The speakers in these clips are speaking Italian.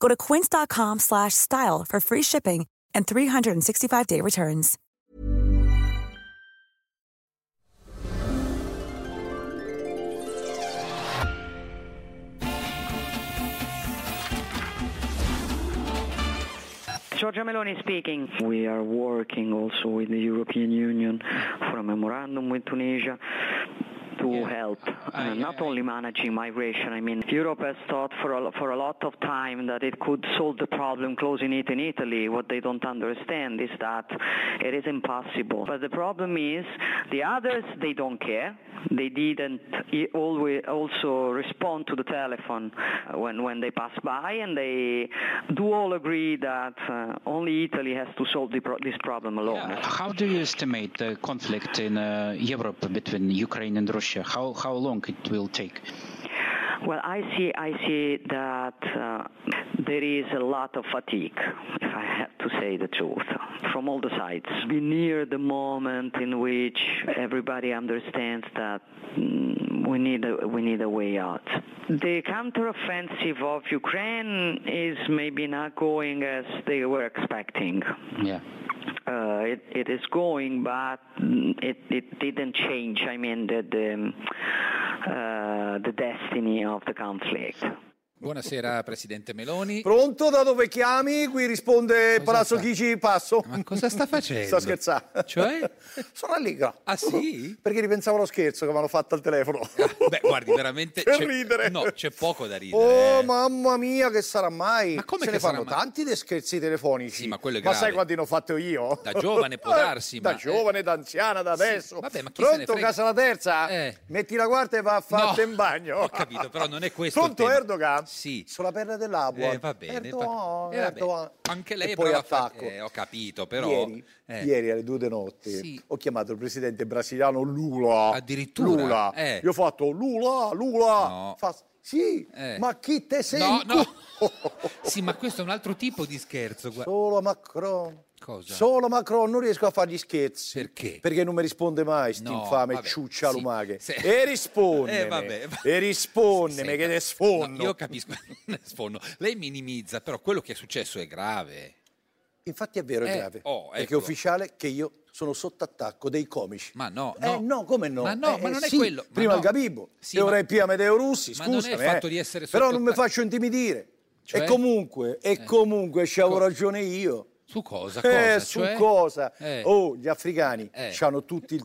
Go to quince.com slash style for free shipping and 365-day returns. Giorgia Meloni speaking. We are working also with the European Union for a memorandum with Tunisia to help, uh, not only managing migration. I mean, Europe has thought for a, for a lot of time that it could solve the problem closing it in Italy. What they don't understand is that it is impossible. But the problem is the others, they don't care. They didn't e- always also respond to the telephone uh, when, when they pass by, and they do all agree that uh, only Italy has to solve the pro- this problem alone. How do you estimate the conflict in uh, Europe between Ukraine and Russia? How how long it will take? Well, I see, I see that uh, there is a lot of fatigue, if I have to say the truth, from all the sides. We near the moment in which everybody understands that mm, we need a, we need a way out. The counteroffensive of Ukraine is maybe not going as they were expecting. Yeah. Uh, it, it is going, but mm, it, it didn't change. I mean, the the, um, uh, the destiny of the conflict. Buonasera Presidente Meloni. Pronto? Da dove chiami? Qui risponde Palazzo fa? Chigi Passo. Ma cosa sta facendo? Sto scherzando. Cioè? Sono allegro. Ah sì? Perché ripensavo allo scherzo che mi hanno fatto al telefono. Beh, guardi, veramente... Per c'è- ridere. No, c'è poco da ridere. eh. Oh, mamma mia, che sarà mai? Ma come Se che ne fanno sarà mai? tanti di scherzi telefonici. Sì, ma quello è grave. sai quanti ne ho fatto io? Da giovane può Eh, darsi, Da ma- giovane, da anziana, da Sì, adesso. vabbè, ma chi se ne Pronto, frega? casa la terza? Eh. Metti la quarta e va a fatta No, in bagno. ho capito, però non è questo Pronto, il tema. Erdogan? Sì. Sulla perla dell'acqua. Eh, va bene, va- Erdogan, eh, vabbè. Erdogan. Anche lei e poi però la fa- attacco. eh, ho capito, però- Ieri, eh. ieri alle due di notte Sì. ho chiamato il presidente brasiliano Lula. Addirittura, Lula. eh. Gli ho fatto Lula, Lula. No. Fa- sì, Eh. ma chi te sei? No, in Oh, no. cu- Sì, ma questo è un altro tipo di scherzo. guarda. Solo Macron. Cosa? Solo Macron, non riesco a fargli scherzi. Perché? Perché non mi risponde mai, sti No, infame vabbè, ciuccia sì, lumache. se- E rispondeme. Eh, vabbè, va- E rispondeme, Senta, che te no, sfondo. io capisco, ne sfondo. Lei minimizza, però quello che è successo è grave. Infatti è vero, è Eh, grave. oh, perché è eccolo. ufficiale che io sono sotto attacco dei comici. Ma no, Eh, no, come no? Ma no, Eh, ma non è sì, quello. Ma Prima no. il Gabibbo, Sì, e ma- ora il Pia Medeo Russi, Ma non è scusami. il fatto eh. di essere Però sotto non mi attacco. faccio intimidire. Cioè? Eh. E comunque, e comunque, ci avevo Co- ragione io. Su cosa? cosa, Eh, su cioè? cosa? Eh. Oh, gli africani Eh. hanno tutti il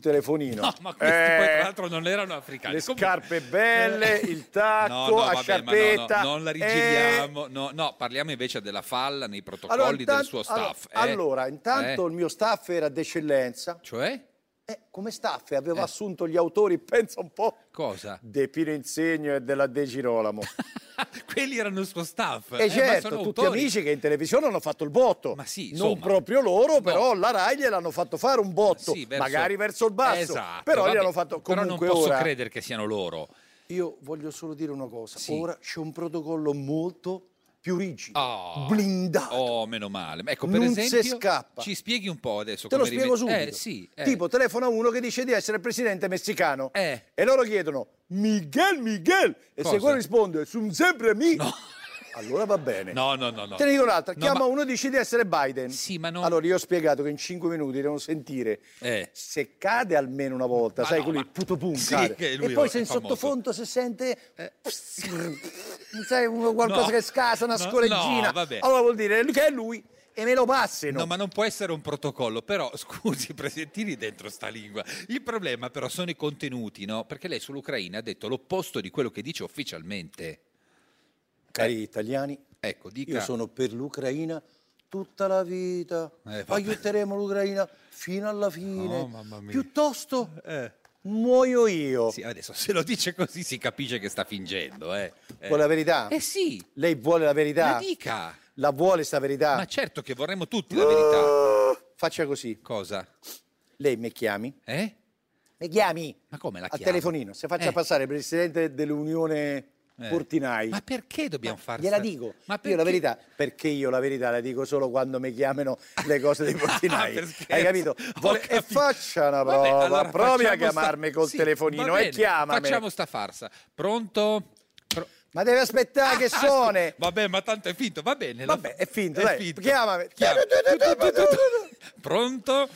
telefonino. No, ma questi Eh, poi tra Eh. l'altro non erano africani. Le Comunque- scarpe belle, il tacco, No, no, la vabbè, ma no, no, sciarpetta. non la eh. rigiriamo. No, no, parliamo invece della falla nei protocolli Allora, del intanto- suo allora- staff. eh. allora, intanto Eh, il mio staff era d'eccellenza. Cioè? Eh, come staff aveva assunto gli autori, pensa un po', Cosa? De Pino Insegno e della De Girolamo. Quelli erano il suo staff. E eh, ma certo, sono tutti autori. amici che in televisione hanno fatto il botto. Ma sì, non insomma. proprio loro, però No. la RAI gliel'hanno fatto fare un botto, Sì, verso- magari verso il basso. Esatto, però vabbè, gliel'hanno fatto però comunque non posso ora. credere che siano loro. Io voglio solo dire una cosa. Sì. Ora c'è un protocollo molto più rigido, Ah. blindato. Oh, meno male. Ma Ecco, per Non se esempio, scappa. ci spieghi un po' adesso Te lo come spiego rimet- subito. Eh, sì, eh. Tipo, telefona uno che dice di essere presidente messicano. Eh. E loro chiedono, Miguel, Miguel. E Cosa? se quello risponde, sono sempre mi. No. Allora va bene. No, no, no, no. Te ne dico un'altra. No, Chiama ma- uno e dice di essere Biden. Sì, ma non- Allora, io ho spiegato che in cinque minuti devono sentire. Eh. Se cade almeno una volta, Ma sai, no, quello ma- il puto pum, Sì, cade. che E lui poi è se in famoso. sottofondo si sente... eh, non sai, un- qualcosa No. che scasa, una No, scoreggina. no, vabbè. allora vuol dire che è lui e me lo passino. No, ma non può essere un protocollo, però scusi, presentini dentro sta lingua. Il problema però sono i contenuti, no? Perché lei sull'Ucraina ha detto l'opposto di quello che dice ufficialmente. Cari italiani, Ecco, dica Io sono per l'Ucraina tutta la vita. Eh, vabbè. Aiuteremo l'Ucraina fino alla fine. No, mamma mia. Piuttosto Eh. muoio io. Sì, adesso se lo dice così si capisce che sta fingendo, eh. Eh, Vuole la verità? eh sì, Lei vuole la verità? la dica. La vuole sta verità? Ma certo che vorremmo tutti la verità. Ah! Faccia così. Cosa? Lei mi chiami? Eh? Mi chiami? Ma come la Al chiama? telefonino. Se faccia Eh. passare il presidente dell'Unione Eh. Portinai. Ma perché dobbiamo fare Gliela sta- dico, Ma io la perché- verità, perché io la verità la dico solo quando mi chiamano le cose dei portinai. Ah, per scherzo. Hai capito? Ho Vuole- E capito. faccia una Vabbè, prova, allora provi a facciamo sta- chiamarmi col Sì, telefonino va e bene, chiamami. Facciamo sta farsa. Pronto? Pro- Ma devi aspettare che Ah, suone. Vabbè, ma tanto è finto, va bene. la- Vabbè, è finto, dai, chiamami. Chiama. Pronto?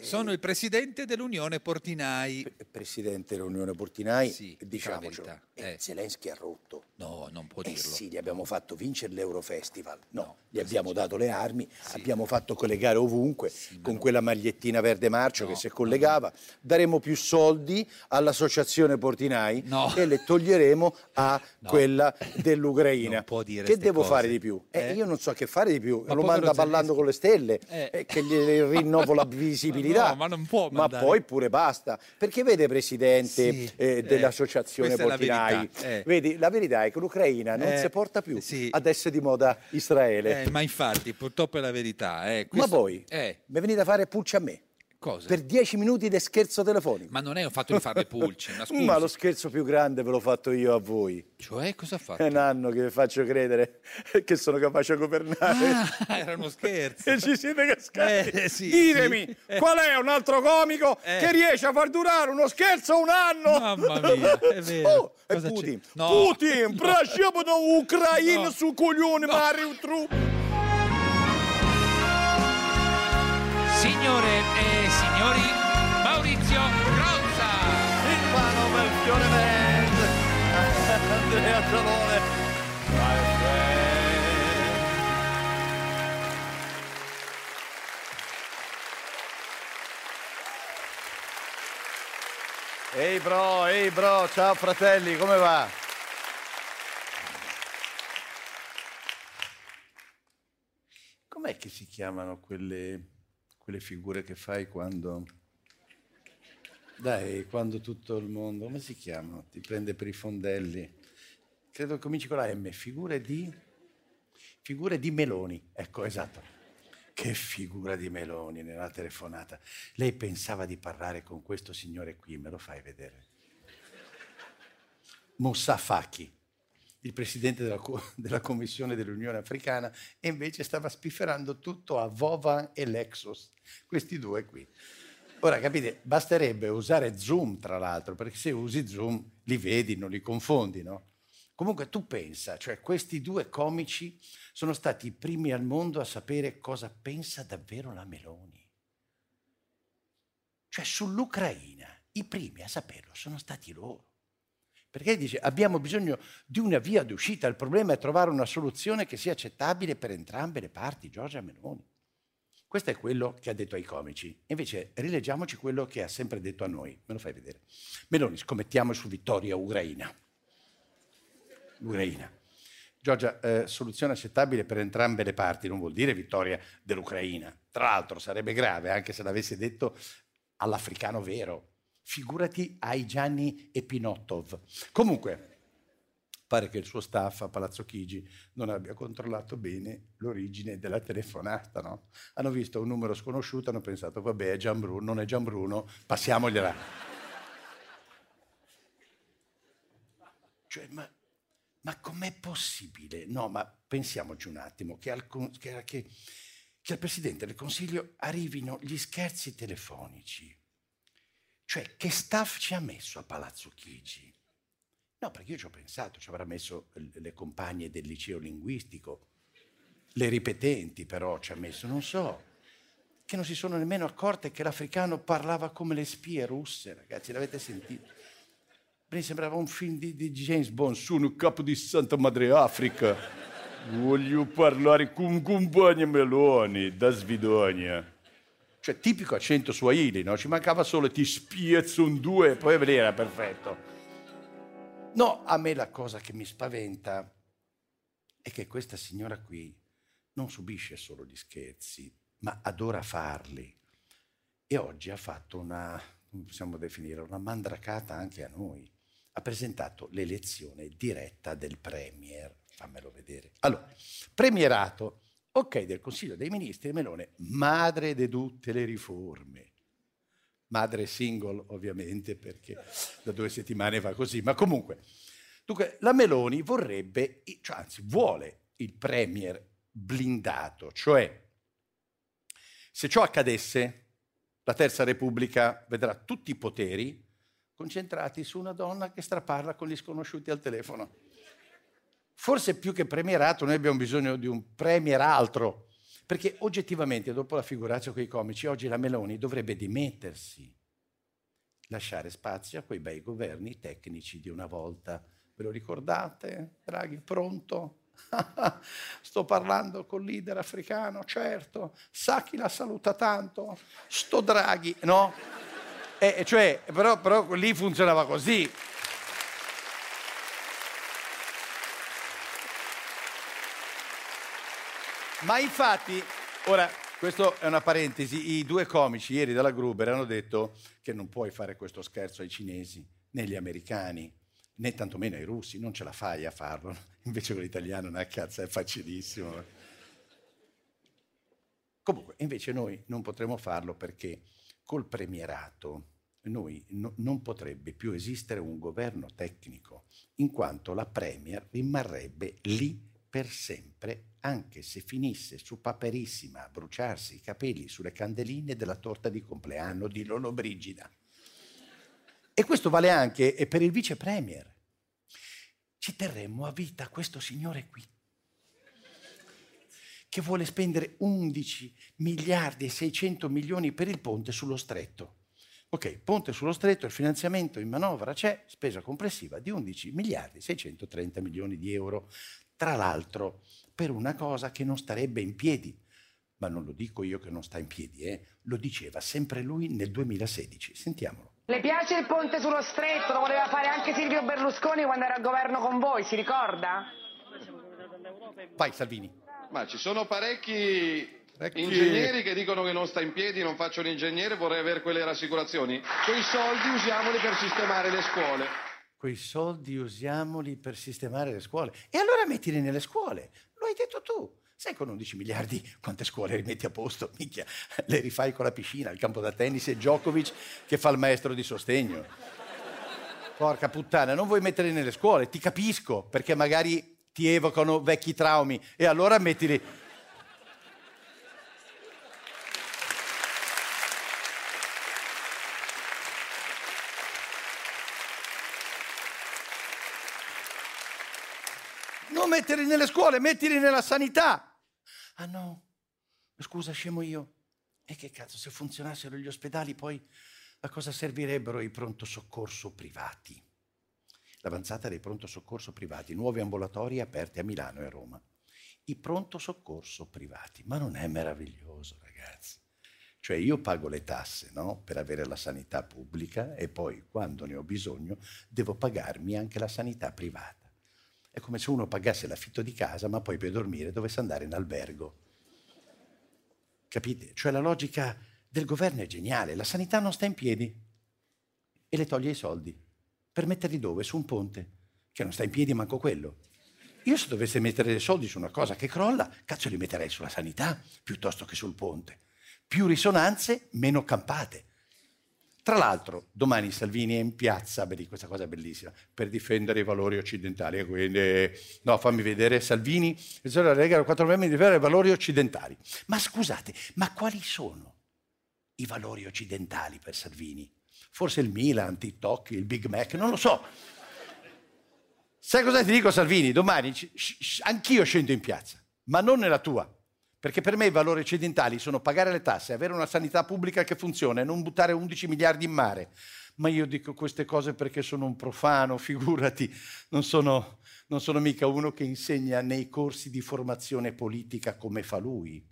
Sono il presidente dell'Unione Portinai. Eh, Presidente dell'Unione Portinai, Sì, dica la diciamocelo, verità, eh, eh. Zelensky ha rotto. No, non può Eh dirlo. sì, gli abbiamo fatto vincere l'Eurofestival. No, gli abbiamo dato le armi, abbiamo fatto collegare ovunque con quella magliettina verde marcio che si collegava. Daremo più soldi all'associazione Portinai No. e le toglieremo a No. quella dell'Ucraina. Non può dire che ste devo cose. fare di più? Eh, Eh? Io non so che fare di più. Ma Lo povero manda Zelensky. ballando con le stelle, Eh. eh, che gli rinnovo la visibilità. No, ma non può Ma mandare. poi pure basta. Perché vede, Presidente Sì, eh, eh, dell'associazione questa è la Portinai, verità, eh. vedi, la verità è che l'Ucraina non Eh, si porta più. sì. Adesso è di moda Israele. Eh, ma infatti, purtroppo è la verità. eh. Ma Questo- voi Eh, mi venite a fare pulci a me cosa? per 10 minuti di scherzo telefonico. Ma non è un fatto di farle pulci, ma scusi. Ma lo scherzo più grande ve l'ho fatto io a voi. Cioè, cosa ha È fatto? un anno che vi faccio credere che sono capace a governare. Ah, era uno scherzo. E ci siete cascati. Eh, sì, Ditemi, sì. qual è un altro comico Eh. che riesce a far durare uno scherzo un anno? Mamma mia, è vero. Oh, e Cosa c'è? Putin. No. Putin, prasciamo da Ucraina No. su coglione, Mario Trump. Signore e signori, Maurizio Grozza! Il mano per Fiore Band. Andrea Gialone. My friend. Ehi bro, ehi bro, ciao fratelli, come va? Com'è che si chiamano quelle, quelle figure che fai quando... Dai, quando tutto il mondo... Come si chiamano? Ti prende per i fondelli. Credo che cominci con la M. Figure di... Figure di Meloni. Ecco, esatto. Che figura di Meloni nella telefonata. Lei pensava di parlare con questo signore qui, me lo fai vedere. Moussa Faki, il presidente della, co- della Commissione dell'Unione Africana, e invece stava spifferando tutto a Vovan e Lexus, questi due qui. Ora capite, basterebbe usare Zoom tra l'altro, perché se usi Zoom li vedi, non li confondi, no? Comunque tu pensa, cioè questi due comici sono stati i primi al mondo a sapere cosa pensa davvero la Meloni. Cioè sull'Ucraina i primi a saperlo sono stati loro. Perché dice abbiamo bisogno di una via d'uscita, il problema è trovare una soluzione che sia accettabile per entrambe le parti, Giorgia Meloni. Questo è quello che ha detto ai comici. Invece rileggiamoci quello che ha sempre detto a noi, me lo fai vedere. Meloni, scommettiamo su vittoria ucraina. Ucraina. Giorgia, eh, soluzione accettabile per entrambe le parti, non vuol dire vittoria dell'Ucraina. Tra l'altro sarebbe grave anche se l'avesse detto all'africano vero. Figurati ai Gianni Epinotov. Comunque, pare che il suo staff a Palazzo Chigi non abbia controllato bene l'origine della telefonata, no? Hanno visto un numero sconosciuto, hanno pensato, vabbè, è Gianbruno, non è Gianbruno, passiamogliela. Cioè, ma, ma com'è possibile? No, ma pensiamoci un attimo, che al, con- che- che- che al Presidente del Consiglio arrivino gli scherzi telefonici. Cioè, che staff ci ha messo a Palazzo Chigi? No, perché io ci ho pensato, ci avrà messo l- le compagne del liceo linguistico, le ripetenti però ci ha messo, non so, che non si sono nemmeno accorte che l'africano parlava come le spie russe, ragazzi, l'avete sentito? Mi sembrava un film di, di James Bond, sono il capo di Santa Madre Africa, voglio parlare con compagna Meloni da Svidonia. Cioè, tipico accento swahili, no? Ci mancava solo ti spiezzo un due e poi lì era perfetto. No, a me la cosa che mi spaventa è che questa signora qui non subisce solo gli scherzi, ma adora farli. E oggi ha fatto una, come possiamo definire, una mandracata anche a noi. Ha presentato l'elezione diretta del Premier. Fammelo vedere. Allora, premierato, ok, del Consiglio dei Ministri, Melone, madre di tutte le riforme madre single ovviamente perché da due settimane va così, ma comunque. Dunque, la Meloni vorrebbe, i- cioè, anzi vuole il premier blindato, cioè se ciò accadesse, la Terza Repubblica vedrà tutti i poteri concentrati su una donna che straparla con gli sconosciuti al telefono. Forse più che premierato noi abbiamo bisogno di un premier altro, perché oggettivamente dopo la figuraccia con i comici oggi la Meloni dovrebbe dimettersi, lasciare spazio a quei bei governi tecnici di una volta. Ve lo ricordate? Draghi pronto? Sto parlando col leader africano, certo. Sa chi la saluta tanto? Sto Draghi, no? Eh, eh, cioè, però, però lì funzionava così. Ma infatti, ora, questo è una parentesi, i due comici ieri dalla Gruber hanno detto che non puoi fare questo scherzo ai cinesi, né agli americani, né tantomeno ai russi, non ce la fai a farlo. Invece con l'italiano, una cazzo, è facilissimo. Comunque, invece noi non potremo farlo perché col premierato noi no- non potrebbe più esistere un governo tecnico, in quanto la Premier rimarrebbe lì per sempre, anche se finisse su paperissima a bruciarsi i capelli sulle candeline della torta di compleanno di Lollobrigida. E questo vale anche eh, per il vice Premier. Ci terremmo a vita questo signore qui che vuole spendere 11 miliardi e 600 milioni per il ponte sullo stretto. Ok, ponte sullo stretto, il finanziamento in manovra c'è, spesa complessiva di 11 miliardi e 630 milioni di euro. Tra l'altro, per una cosa che non starebbe in piedi, ma non lo dico io che non sta in piedi, eh, lo diceva sempre lui nel 2016. Sentiamolo. Le piace il ponte sullo stretto? Lo voleva fare anche Silvio Berlusconi quando era al governo con voi, si ricorda? Vai Salvini. Ma ci sono parecchi Parecchi- ingegneri che dicono che non sta in piedi, non faccio l'ingegnere, vorrei avere quelle rassicurazioni. Quei soldi usiamoli per sistemare le scuole. quei soldi usiamoli per sistemare le scuole. E allora mettili nelle scuole, lo hai detto tu. Sai con 11 miliardi quante scuole rimetti a posto, minchia, le rifai con la piscina, il campo da tennis e Djokovic che fa il maestro di sostegno. Porca puttana, non vuoi metterli nelle scuole, ti capisco, perché magari ti evocano vecchi traumi e allora mettili... Non metterli nelle scuole, mettili nella sanità. Ah no, scusa, scemo io. E che cazzo, se funzionassero gli ospedali poi a cosa servirebbero i pronto soccorso privati? L'avanzata dei pronto soccorso privati, nuovi ambulatori aperti a Milano e a Roma. I pronto soccorso privati, ma non è meraviglioso, ragazzi? Cioè io pago le tasse no? per avere la sanità pubblica e poi quando ne ho bisogno devo pagarmi anche la sanità privata. È come se uno pagasse l'affitto di casa, ma poi per dormire dovesse andare in albergo. Capite? Cioè la logica del governo è geniale, la sanità non sta in piedi e le toglie i soldi. Per metterli dove? Su un ponte, che non sta in piedi manco quello. Io se dovessi mettere dei soldi su una cosa che crolla, cazzo li metterei sulla sanità piuttosto che sul ponte. Più risonanze, meno campate. Tra l'altro, domani Salvini è in piazza, beh, questa cosa è bellissima, per difendere i valori occidentali. e Quindi, no, fammi vedere, Salvini, il Sole della Lega ha quattro problemi di difendere i valori occidentali. Ma scusate, ma quali sono i valori occidentali per Salvini? Forse il Milan, TikTok, il Big Mac, non lo so. Sai cosa ti dico Salvini? Domani ci- sh- sh- anch'io scendo in piazza, ma non nella tua. Perché per me i valori occidentali sono pagare le tasse, avere una sanità pubblica che funziona e non buttare 11 miliardi in mare. Ma io dico queste cose perché sono un profano, figurati, non sono, non sono mica uno che insegna nei corsi di formazione politica come fa lui.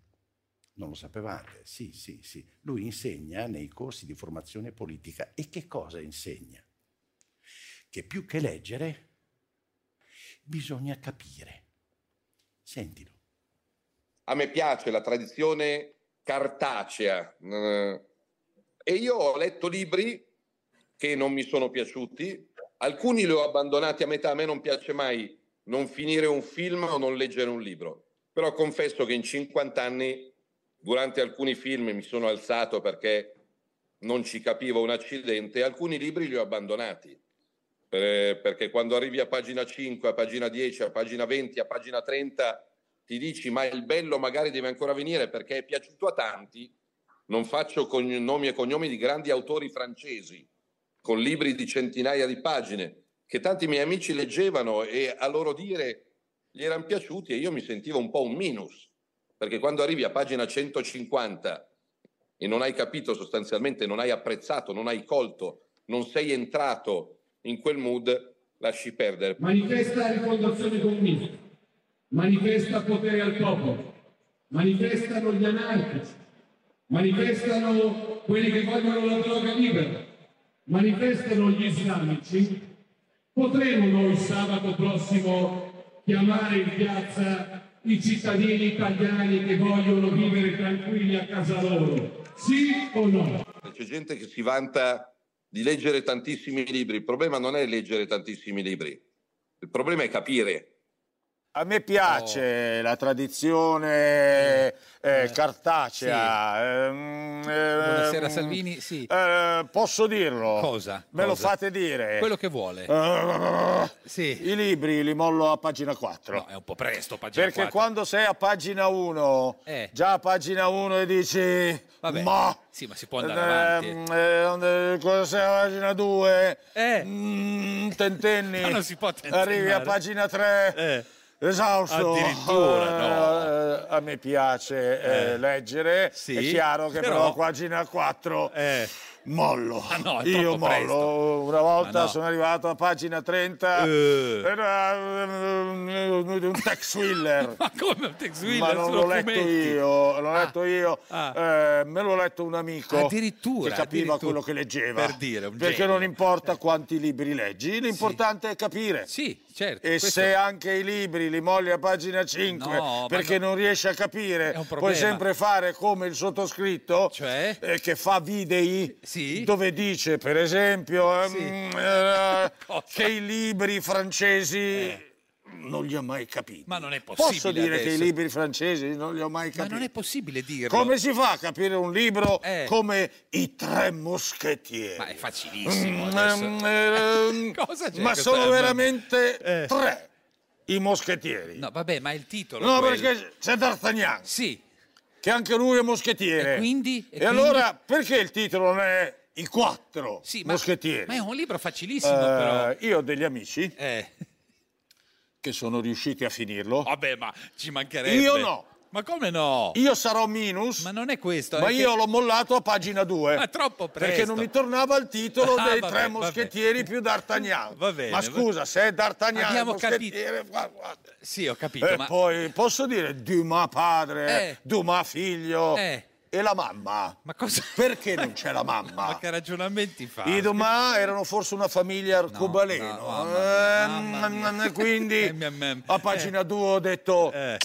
Non lo sapevate? Sì, sì, sì. Lui insegna nei corsi di formazione politica. E che cosa insegna? Che più che leggere bisogna capire. Sentilo. A me piace la tradizione cartacea eh, e io ho letto libri che non mi sono piaciuti, alcuni li ho abbandonati a metà, a me non piace mai non finire un film o non leggere un libro, però confesso che in 50 anni durante alcuni film mi sono alzato perché non ci capivo un accidente, alcuni libri li ho abbandonati. Per- perché quando arrivi a pagina 5, a pagina 10, a pagina 20, a pagina 30, ti dici ma il bello magari deve ancora venire perché è piaciuto a tanti, non faccio cognomi e cognomi di grandi autori francesi, con libri di centinaia di pagine, che tanti miei amici leggevano e a loro dire gli erano piaciuti e io mi sentivo un po' un minus, perché quando arrivi a pagina 150 e non hai capito sostanzialmente, non hai apprezzato, non hai colto, non sei entrato in quel mood lasci perdere. Manifesta rifondazione comunista, manifesta potere al popolo, manifestano gli anarchici, manifestano quelli che vogliono la droga libera, manifestano gli islamici. Potremo noi sabato prossimo chiamare in piazza i cittadini italiani che vogliono vivere tranquilli a casa loro, sì o no? C'è gente che si vanta di leggere tantissimi libri, il problema non è leggere tantissimi libri, il problema è capire. A me piace la tradizione eh, cartacea. ehm, Buonasera ehm, Salvini, sì. eh, posso dirlo? Cosa? Me lo Cosa? fate dire? Quello che vuole. Eh, Sì. I libri li mollo a pagina 4. No, è un po' presto, pagina Perché 4. quando sei a pagina 1, Eh. già a pagina 1 e dici... Vabbè. Ma... Sì, ma si può andare Ehm, avanti. avanti. eh, cosa sei a pagina 2? Eh. tentenni. Ma non si può tentennare. Arrivi a pagina 3. Eh. Esausto. Addirittura, no. Eh, a me piace eh, Eh. leggere. Sì, È chiaro che però, però- a pagina 4 Eh. mollo. Ah, no, è Io troppo mollo. presto. Una volta Ma no. sono arrivato a pagina 30. Eh. Era eh, un text thriller. Ma come un Tex Wheeler Ma non sono l'ho letto fumetti? io, l'ho letto io, ah. eh, me l'ho letto un amico Addirittura, che capiva addirittura. quello che leggeva. Per dire, un perché genio. Eh. non importa quanti libri leggi, l'importante è capire. Sì, certo. E questo- se anche i libri li molli a pagina 5 No, ma perché no- non riesci a capire, È un puoi problema. sempre fare come il sottoscritto Cioè? eh, che fa videi Sì. dove dice, per esempio, Sì. ehm, eh, Cosa? Eh. che i libri francesi non li ha mai capiti. Ma non è possibile Posso dire che i adesso. libri francesi non li ho mai Ma capiti? non è possibile dirlo. Come si fa a capire un libro Eh. come I Tre Moschettieri? Ma è facilissimo Mm, adesso. ehm, ehm, Cosa c'è ma questo sono Herman? veramente Eh. tre i moschettieri. No, vabbè, ma è il titolo No, quello. perché c'è D'Artagnan, Sì, che anche lui è moschettiere. E quindi? E, E quindi? allora perché il titolo non è I quattro sì, ma, moschettieri? ma è un libro facilissimo però. Eh, Io ho degli amici Eh. che sono riusciti a finirlo. Vabbè, ma ci mancherebbe. Io no. Ma come no? Io sarò minus, Ma non è questo. ma è che- io l'ho mollato a pagina 2. Ma troppo presto. Perché non mi tornava il titolo Ah, dei vabbè, tre vabbè. moschettieri più D'Artagnan. Va bene, ma va- scusa, se è D'Artagnan il Abbiamo capito. moschettiere, guarda, guarda. Sì, ho capito, E ma... Eh, poi posso dire Dumas padre, Eh. Dumas figlio Eh. e la mamma. ma cosa... Perché non c'è la Ma mamma? che ragionamenti fa? I Dumas erano forse una famiglia arcobaleno. no, mamma mia, Ehm, mamma mia. Quindi Mm, mm, mm. a pagina 2 ho detto Eh.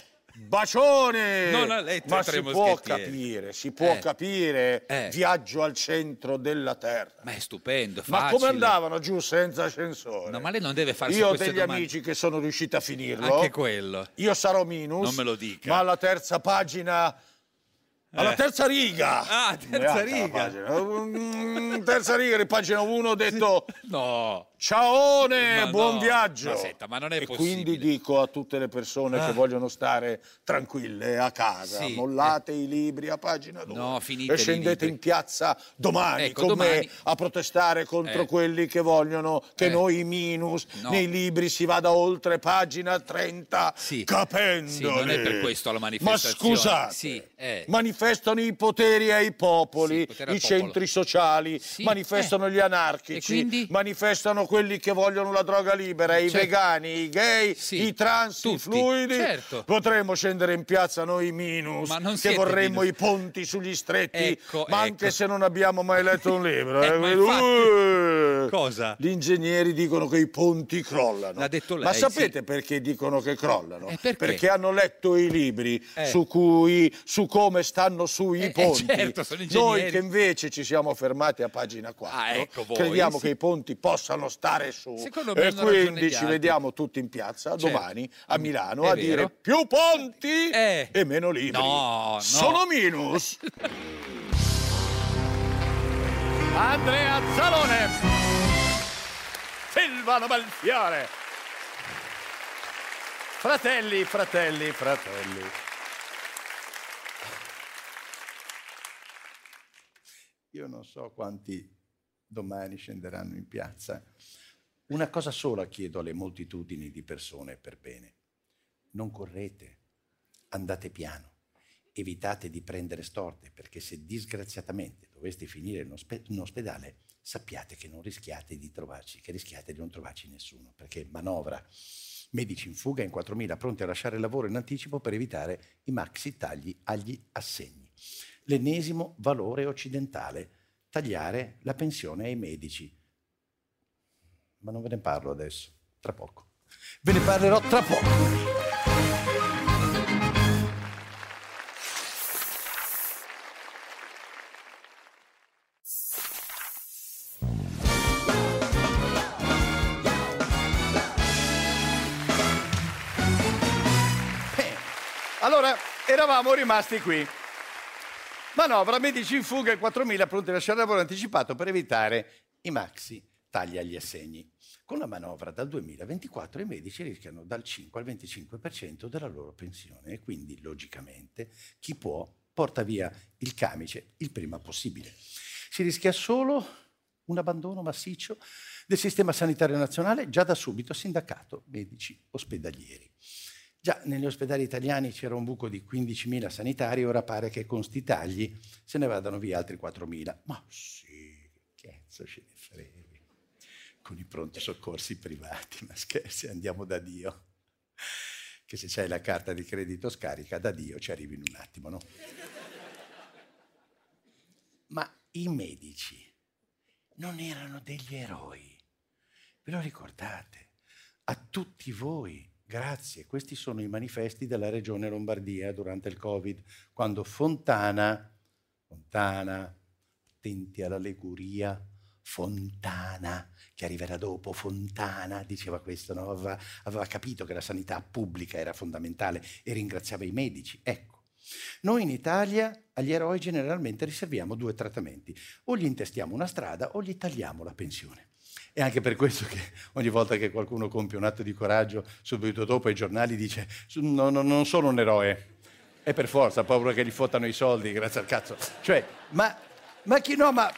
bacione. Non ha letto Ma i Tre si può Moschettieri. capire, si può Eh. capire. Eh. Viaggio al centro della terra. Ma è stupendo, Ma facile. come andavano giù senza ascensore? No, ma lei non deve farsi Io ho queste degli domande. amici che sono riusciti a finirlo. Anche quello. Io sarò minus. Non me lo dica. Ma alla terza pagina Alla Eh. terza riga. Ah, terza riga. Mm, terza riga di pagina 1 ho detto no. Ciaone, Ma buon no, viaggio. ma senta, ma non è e possibile. quindi dico a tutte le persone Ah. che vogliono stare tranquille a casa, Sì. mollate i libri a pagina 2 No, finite e scendete i libri. in piazza domani Ecco, con domani. me a protestare contro Eh. quelli che vogliono che Eh. noi i minus No. nei libri si vada oltre pagina 30 capendoli. Sì, non è per questo la manifestazione. Ma scusate. Sì, eh. Manifestano i poteri ai popoli, potere al eh. i centri sociali, manifestano gli anarchici, manifestano quelli che vogliono la droga libera, i Certo. vegani, i gay, i trans, i fluidi. certo. Potremmo scendere in piazza noi minus, Ma non che siete vorremmo i minus. ponti sugli stretti, Ecco, ma ecco. anche se non abbiamo mai letto un libro. eh. Eh, ma infatti- Eh, Cosa? Gli ingegneri dicono che i ponti crollano. L'ha detto lei, ma sapete perché dicono che crollano? Eh, perché? hanno letto i libri Eh. su cui, su come stanno sui Eh, eh, ponti. certo, sono Noi ingegneri. che invece ci siamo fermati a pagina 4, Ah, ecco voi, crediamo sì. che i ponti possano stare su. Secondo me e hanno ragione gli quindi ci altri. vediamo tutti in piazza Certo. domani a Milano È a vero. Eh. dire più ponti e meno libri. No, no. Sono minus. Andrea Zalone, Silvano Balfiore. Fratelli, fratelli, fratelli. Io non so quanti domani scenderanno in piazza. Una cosa sola chiedo alle moltitudini di persone per bene. Non correte, andate piano, evitate di prendere storte, perché se disgraziatamente doveste finire in, ospe- in ospedale, sappiate che non rischiate di trovarci, che rischiate di non trovarci nessuno, perché manovra. Medici in fuga in 4.000 pronti a lasciare il lavoro in anticipo per evitare i maxi tagli agli assegni l'ennesimo valore occidentale, tagliare la pensione ai medici. Ma non ve ne parlo adesso, tra poco. Ve ne parlerò tra poco. Eh, Allora, eravamo rimasti qui. Manovra, medici in fuga e 4.000 pronti a lasciare il lavoro anticipato per evitare i maxi tagli agli assegni. Con la manovra dal 2024 i medici rischiano dal 5 al 25% della loro pensione e quindi logicamente chi può porta via il camice il prima possibile. Si rischia solo un abbandono massiccio del sistema sanitario nazionale già da subito sindacato medici ospedalieri. Già negli ospedali italiani c'era un buco di 15.000 sanitari, ora pare che con sti tagli se ne vadano via altri 4.000. Ma sì, che cazzo ce ne frega. Con i pronti soccorsi privati, ma scherzi, andiamo da Dio. Che se c'hai la carta di credito scarica, da Dio ci arrivi in un attimo, no? Ma i medici non erano degli er-, eroi. Ve lo ricordate? A tutti voi, grazie. Questi sono i manifesti della regione Lombardia durante il Covid, quando Fontana, Fontana, attenti all'allegoria, Fontana, che arriverà dopo, Fontana, diceva questo, no? aveva, aveva capito che la sanità pubblica era fondamentale e ringraziava i medici. Ecco. Noi in Italia agli eroi generalmente riserviamo due trattamenti, o gli intestiamo una strada o gli tagliamo la pensione. È anche per questo che ogni volta che qualcuno compie un atto di coraggio, subito dopo ai giornali dice "Su- no, no, non sono un eroe, è per forza, ho paura che gli fottano i soldi, grazie al cazzo. Cioè, ma, ma chi no, ma...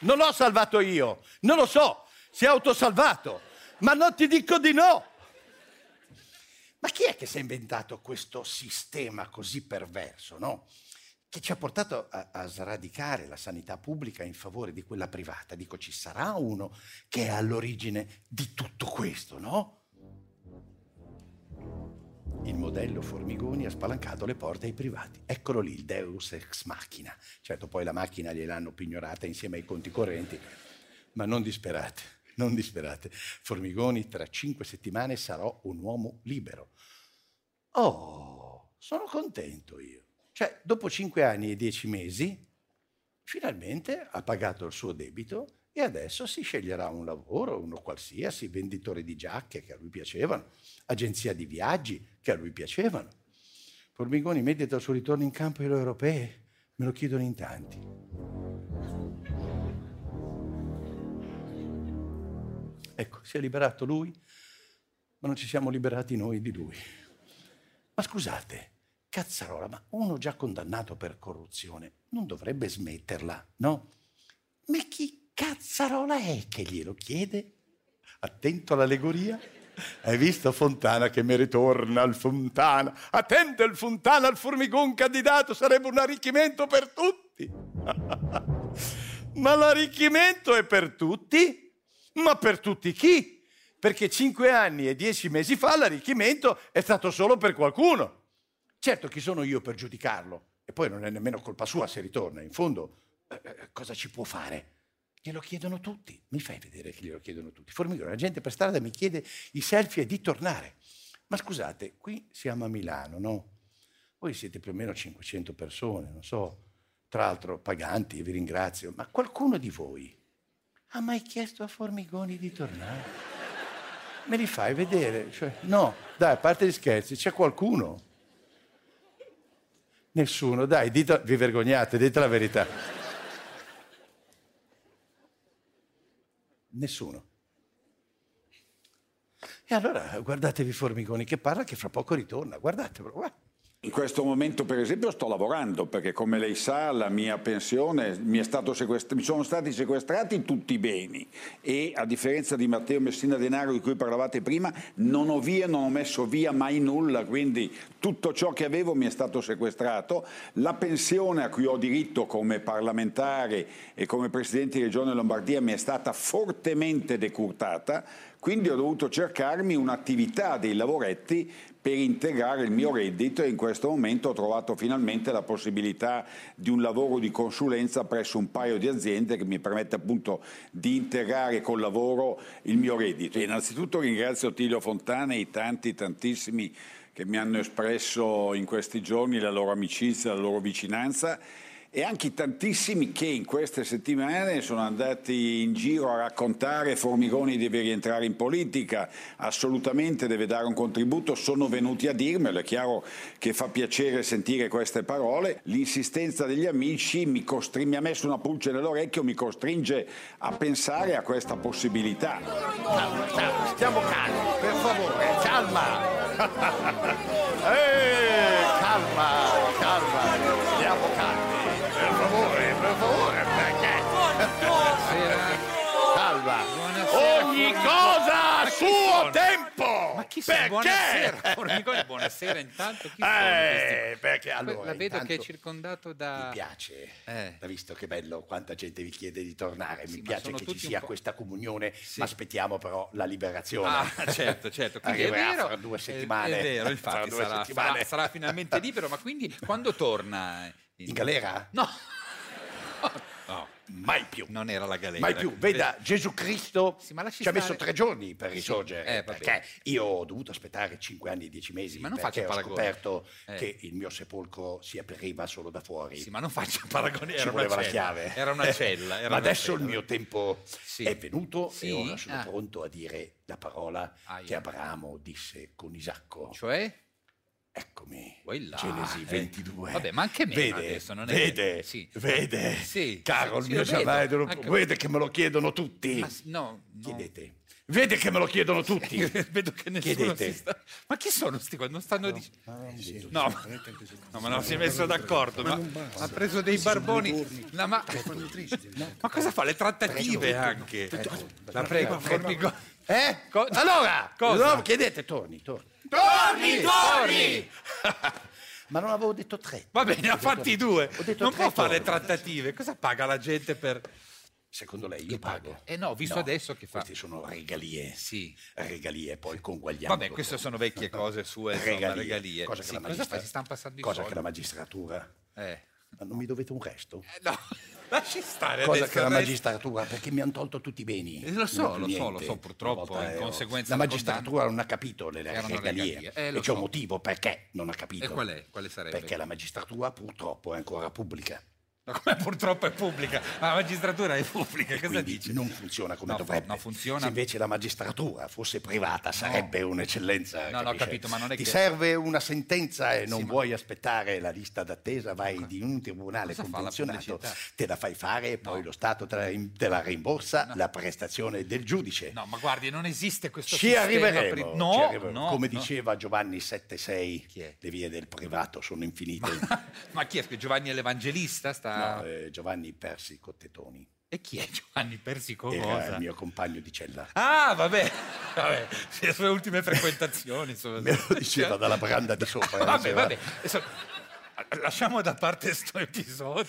Non l'ho salvato io, non lo so, si è autosalvato, ma non ti dico di no. Ma chi è che si è inventato questo sistema così perverso, no? Che ci ha portato a, a sradicare la sanità pubblica in favore di quella privata. Dico, ci sarà uno che è all'origine di tutto questo, no? Il modello Formigoni ha spalancato le porte ai privati. Eccolo lì, il Deus ex machina. Certo, poi la macchina gliel'hanno pignorata insieme ai conti correnti, ma non disperate, non disperate. Formigoni, tra cinque settimane sarò un uomo libero. Oh, sono contento io. Cioè, dopo cinque anni e dieci mesi, finalmente ha pagato il suo debito E adesso si sceglierà un lavoro, uno qualsiasi, venditore di giacche che a lui piacevano, agenzia di viaggi che a lui piacevano. Formigoni medita il suo ritorno in campo alle europee, me lo chiedono in tanti. Ecco, si è liberato lui, ma non ci siamo liberati noi di lui. Ma scusate, Cazzarola, ma uno già condannato per corruzione non dovrebbe smetterla, no? Ma chi Cazzarola è che glielo chiede? Attento all'allegoria. Hai visto Fontana che mi ritorna al Fontana? Attento il Fontana al Formigone candidato, sarebbe un arricchimento per tutti. Ma l'arricchimento è per tutti? Ma per tutti chi? Perché cinque anni e dieci mesi fa l'arricchimento è stato solo per qualcuno. Certo, chi sono io per giudicarlo? E poi non è nemmeno colpa sua se ritorna. In fondo, eh, eh, cosa ci può fare? Glielo chiedono tutti. Mi fai vedere che glielo chiedono tutti. Formigone, la gente per strada mi chiede i selfie e di tornare. Ma scusate, qui siamo a Milano, no? Voi siete più o meno 500 persone, non so, tra l'altro paganti, vi ringrazio, ma qualcuno di voi ha mai chiesto a Formigoni di tornare? Me li fai vedere? Cioè, no, dai, a parte gli scherzi, c'è qualcuno? Nessuno, dai, dite- vi vergognate, dite la verità. Nessuno. E allora guardatevi Formigoni che parla che fra poco ritorna, guardatelo. guarda. In questo momento, per esempio, sto lavorando perché, come lei sa, la mia pensione mi, è stato sequest- mi sono stati sequestrati tutti i beni e, a differenza di Matteo Messina Denaro di cui parlavate prima, non ho via, non ho messo via mai nulla, quindi tutto ciò che avevo mi è stato sequestrato. La pensione a cui ho diritto come parlamentare e come presidente di Regione Lombardia mi è stata fortemente decurtata. Quindi ho dovuto cercarmi un'attività dei lavoretti per integrare il mio reddito e in questo momento ho trovato finalmente la possibilità di un lavoro di consulenza presso un paio di aziende che mi permette appunto di integrare col lavoro il mio reddito. E innanzitutto ringrazio Tilio Fontana e i tanti, tantissimi che mi hanno espresso in questi giorni la loro amicizia, la loro vicinanza e anche i tantissimi che in queste settimane sono andati in giro a raccontare Formigoni deve rientrare in politica, assolutamente deve dare un contributo, sono venuti a dirmelo, è chiaro che fa piacere sentire queste parole, l'insistenza degli amici mi, costri- mi ha messo una pulce nell'orecchio, mi costringe a pensare a questa possibilità. Stiamo calmi, per favore, calma. Ehi, calma, calma. Stiamo calmi, per favore, per favore, perché? Calma. Ogni cosa a suo tempo. Ma chi sei? Perché? Buonasera, Formigoni, buonasera intanto. Chi sono Eh, questi? perché allora La vedo che è intanto- circondato da... Eh. Mi piace, ha visto che bello quanta gente vi chiede di tornare, Sì, mi ma piace sono che ci tutti un sia po'- questa comunione, ma aspettiamo però la liberazione. Ah, certo, certo. Quindi è Arriverà vero, fra due è- settimane. È, vero, Fra infatti due sarà, settimane. sarà- sarà finalmente libero, ma quindi quando torna? In, galera? No. No, mai più. Non era la galera. Mai più, veda, Gesù Cristo lasci ci ha messo stare. tre giorni per Sì, risorgere, eh, va perché bene. io ho dovuto aspettare cinque anni e dieci mesi, ma non perché faccia ho paragoni. scoperto Eh. che il mio sepolcro si apriva solo da fuori. Sì, ma non faccia paragoni, era Ci una voleva la cella, chiave. era una cella, era ma una adesso cella. il mio tempo è venuto Sì? e ora sono Ah. pronto a dire la parola che Abramo disse con Isacco. Cioè? Eccomi. Quella. Genesi eh. 22. Vabbè, ma anche meno vede, adesso, non è che- vede, sì. vede, Sì, caro sì, il mio lo vedo. Giamai, lo- Anche- vede che me lo chiedono tutti. Ma s- no, no. Chiedete. Vede che me lo chiedono tutti. Vedo che nessuno Chiedete. si sta- Ma chi sono questi qua? Non stanno dicendo... No, ma- no, ma non si è Ma messo non d'accordo. basta. Ma Ma non basta. ha preso dei barboni. La ma... ma cosa fa? Le trattative Prego, anche. Eh, prego, La prego, prego. Formigoni. Eh? Co- allora, Cosa? no, chiedete, torni, torni. Torni, torni! Ma non avevo detto tre. Va bene, Ho ha detto- fatti due. ho detto Non tre può fare torni. trattative. Cosa paga la gente per... Secondo lei io pago? Eh no, ho visto No, adesso che fa... Queste sono regalie. Sì. Regalie, poi conguagliamo. Vabbè, queste sono vecchie cose sue, insomma, Regalie, regalie. cosa che Sì, la cosa magistra- fa? Si stanno passando i cosa soldi. che la magistratura... Eh. Ma non mi dovete un resto? Lasci stare cosa adesso, che la adesso. magistratura, perché mi hanno tolto tutti i beni. Eh, lo so, Non più lo so, niente. lo so, purtroppo, Una volta in ero- conseguenza La del magistratura non ha capito le Erano le regalie. regalie, eh, lo e c'è un so. motivo perché non ha capito. E qual è? Quale sarebbe? Perché la magistratura purtroppo è ancora pubblica. Ma come purtroppo è pubblica, ma la magistratura è pubblica, cosa dici? Non funziona come No, dovrebbe. no, funziona- Se invece la magistratura fosse privata sarebbe No, un'eccellenza. no, ho capisci? capito, ma non è Eh, Ti che- serve una sentenza e non ma- vuoi aspettare la lista d'attesa, vai di un tribunale Cosa fa la convenzionato, pubblicità? te la fai fare e poi lo Stato te la, te la rimborsa la prestazione del giudice. No, ma guardi, non esiste questo Ci sistema arriveremo, per- ci No, arriveremo. no, come no. diceva Giovanni 76, le vie del privato sono infinite. Ma chi è? Giovanni è l'Evangelista? Sta... No, eh, Giovanni Persico Tetoni. E chi è Giovanni Persico? Era Cosa? il mio compagno di cella. Ah, vabbè, vabbè, sì, le sue ultime frequentazioni. Insomma. Me lo diceva dalla branda di sopra. Vabbè, diceva- vabbè. adesso Lasciamo da parte sto episodio.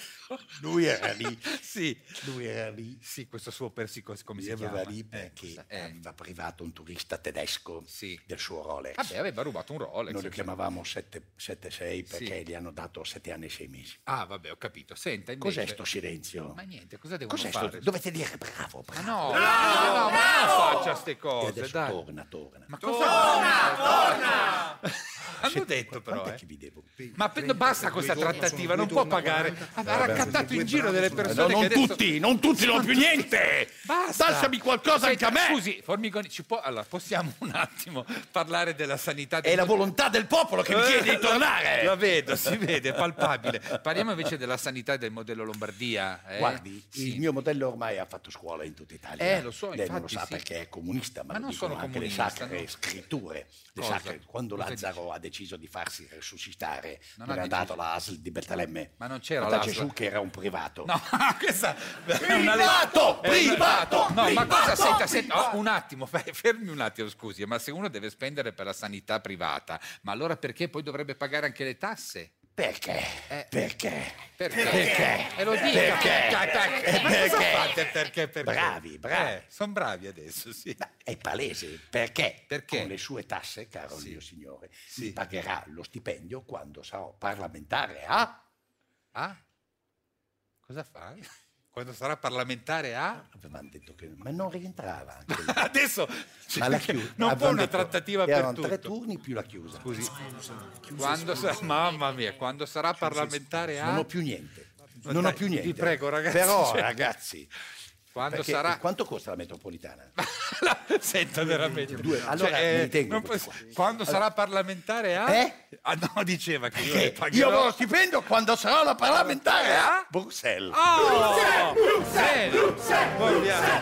Lui era lì. sì. Lui era lì. Sì, questo suo persico, come si Lui chiama? era lì Eh, perché aveva privato un turista tedesco del suo Rolex. Vabbè, aveva rubato un Rolex. Noi lo chiamavamo 76 perché Sì. gli hanno dato 7 anni e 6 mesi. Ah, vabbè, ho capito. Senta, invece... Cos'è sto silenzio? Ma niente, cosa devo Cos'è fare? sto? Dovete dire Ah, bravo, bravo. No, no, no, ma non faccia ste E cose, adesso dai. torna, torna. Ma cosa torna, torna! Hanno detto però, eh. Ma pe- basta questa trattativa, non può pagare. Ha ha raccattato in giro delle persone No, non che adesso- tutti, non tutti, non più niente. Basta. Lasciami qualcosa Senta, anche a me. Scusi, Formigoni, ci può- allora, possiamo un attimo parlare della sanità? È la volontà del popolo che mi chiede di tornare. Eh, La vedo, si vede, è palpabile. Parliamo invece della sanità e del modello Lombardia. eh? Guardi, il mio modello ormai ha fatto scuola in tutta Italia. Eh, lo so, Lei non lo infatti, sa sì. perché è comunista, ma, Ma lo non dicono sono anche le comunista, sacre no. scritture. Le Cosa? sacre- quando Cosa Lazzaro ha deciso di farsi resuscitare, Non non ha era deciso. dato la ASL di Bertelemme. Ma non c'era Era l'ASL. Gesù che era un privato. No, questa è una Privato, è una- privato, No, ma privato, cosa senta, senta, oh, un attimo, fe- fermi un attimo, scusi, ma se uno deve spendere per la sanità privata, ma allora perché poi dovrebbe pagare anche le tasse? Eh, Perché? Perché? Perché? Perché? E lo dica. Perché? Tac, tac. Eh, cioè, Ma cosa perché? fate? Perché, perché? Bravi, bravi. sono bravi adesso, sì. È palese. Perché? Perché? Con le sue tasse, caro mio signore, mi pagherà lo stipendio quando sarò parlamentare a... Ah? Cosa fa? Quando sarà parlamentare a... Avevamo detto che... Ma non rientrava. anche lì. Adesso Ma la chiusa. non può una trattativa per erano tre tutto. turni più la chiusa. Scusi. Quando sa- mamma mia, quando sarà parlamentare a... Non ho più niente. Ma Non dai, ho più niente. Vi prego, ragazzi. Però, cioè, ragazzi, Quando perché- sarà... quanto costa la metropolitana? Senta veramente. Due, allora Cioè, me eh, li tengo non questi puoi- quando sarà parlamentare a... Ah no, diceva che io le Eh? Io pagherò. avrò lo stipendio quando sarò la parlamentare a Bruxelles. Oh! Bene. Poi via.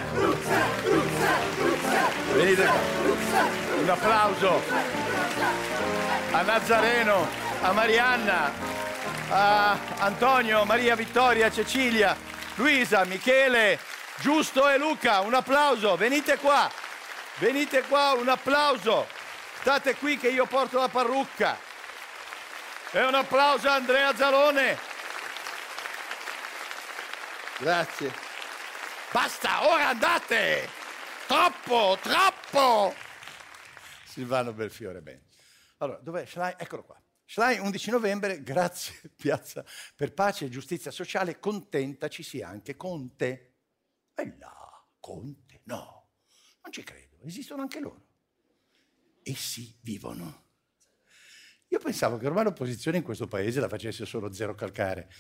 Venite qua. Un applauso a Nazareno, a Marianna, a Antonio, Maria Vittoria, Cecilia, Luisa, Michele, Giusto e Luca. Un applauso, venite qua. Venite qua, un applauso. State qui che io porto la parrucca. E un applauso a Andrea Zalone. Grazie. Basta, ora andate! Troppo, troppo! Silvano Belfiore, bene. Allora, dov'è Schlein? Eccolo qua. Schlein, 11 novembre, grazie Piazza per Pace e Giustizia Sociale, contenta ci sia anche Conte. E là, Conte, no, non ci credo, esistono anche loro. Essi vivono. Io pensavo che ormai l'opposizione in questo paese la facesse solo zero calcare.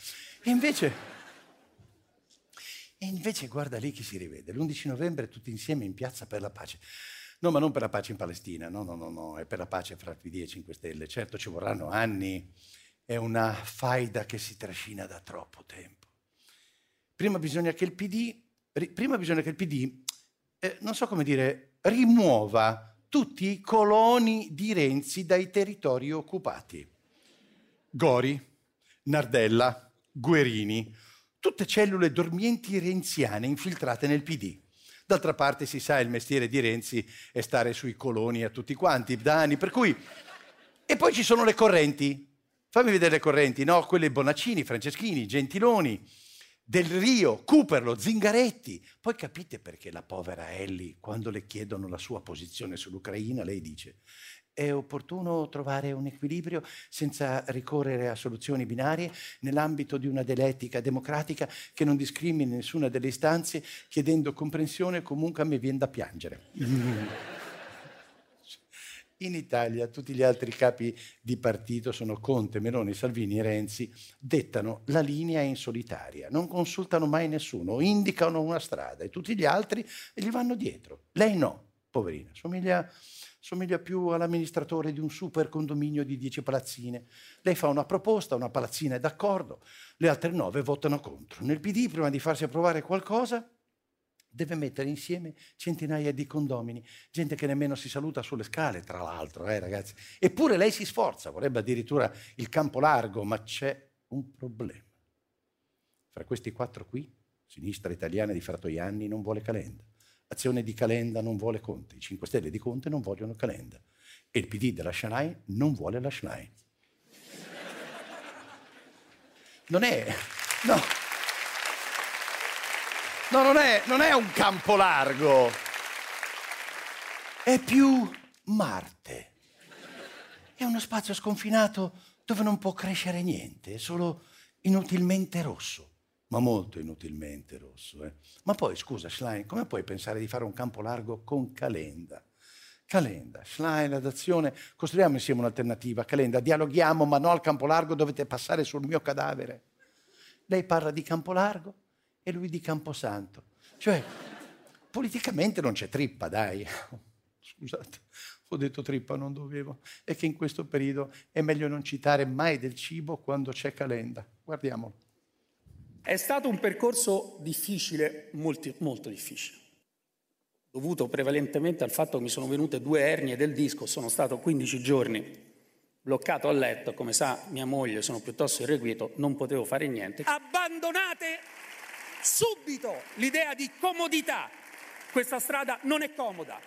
E invece... E invece guarda lì chi si rivede. L'11 novembre tutti insieme in piazza per la pace. No, ma non per la pace in Palestina, no, no, no, no, è per la pace fra PD e 5 Stelle. Certo ci vorranno anni, è una faida che si trascina da troppo tempo. Prima bisogna che il PD, ri- prima bisogna che il PD eh, non so come dire, rimuova tutti i coloni di Renzi dai territori occupati. Gori, Nardella, Guerini, tutte cellule dormienti renziane infiltrate nel PD. D'altra parte si sa il mestiere di Renzi è stare sui coloni a tutti quanti da anni, per cui... E poi ci sono le correnti. Fammi vedere le correnti, no? Quelle Bonaccini, Franceschini, Gentiloni, Del Rio, Cuperlo, Zingaretti. Poi capite perché la povera Ellie, quando le chiedono la sua posizione sull'Ucraina, lei dice è opportuno trovare un equilibrio senza ricorrere a soluzioni binarie nell'ambito di una dialettica democratica che non discrimini nessuna delle istanze, chiedendo comprensione comunque a me viene da piangere. In Italia tutti gli altri capi di partito sono Conte, Meloni, Salvini e Renzi, dettano la linea in solitaria, non consultano mai nessuno, indicano una strada e tutti gli altri gli vanno dietro. Lei no, poverina, somiglia, somiglia più all'amministratore di un super condominio di 10 palazzine. Lei fa una proposta, una palazzina è d'accordo, le altre 9 votano contro. Nel PD, prima di farsi approvare qualcosa, deve mettere insieme centinaia di condomini, gente che nemmeno si saluta sulle scale, tra l'altro, eh, ragazzi. Eppure lei si sforza, vorrebbe addirittura il campo largo, ma c'è un problema. Fra questi quattro qui, sinistra italiana di Fratoianni non vuole Calenda, azione di Calenda non vuole Conte, i 5 Stelle di Conte non vogliono Calenda e il PD della Shanai non vuole la Shanai. Non è... No. No, non è, non è un campo largo. È più Marte. È uno spazio sconfinato dove non può crescere niente, è solo inutilmente rosso. Ma molto inutilmente rosso. eh. Ma poi, scusa, Schlein, come puoi pensare di fare un campo largo con Calenda? Calenda, Schlein, ad azione, costruiamo insieme un'alternativa. Calenda, dialoghiamo, ma no al campo largo, dovete passare sul mio cadavere. Lei parla di campo largo, e lui di Camposanto. Cioè, politicamente non c'è trippa, dai. Scusate, ho detto trippa, non dovevo. È che in questo periodo è meglio non citare mai del cibo quando c'è calenda. Guardiamolo. È stato un percorso difficile, molti- molto difficile, dovuto prevalentemente al fatto che mi sono venute due ernie del disco, sono stato 15 giorni bloccato a letto, come sa mia moglie, sono piuttosto irrequieto, non potevo fare niente. Abbandonate subito l'idea di comodità. Questa strada non è comoda.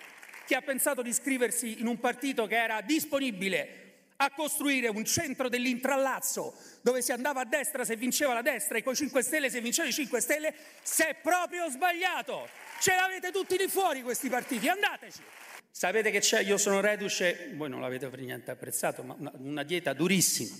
Chi ha pensato di iscriversi in un partito che era disponibile a costruire un centro dell'intrallazzo dove si andava a destra se vinceva la destra e con 5 Stelle se vinceva i 5 Stelle, si è proprio sbagliato. Ce l'avete tutti lì fuori questi partiti, andateci. Sapete che c'è, io sono reduce, voi non l'avete per niente apprezzato, ma una, una dieta durissima,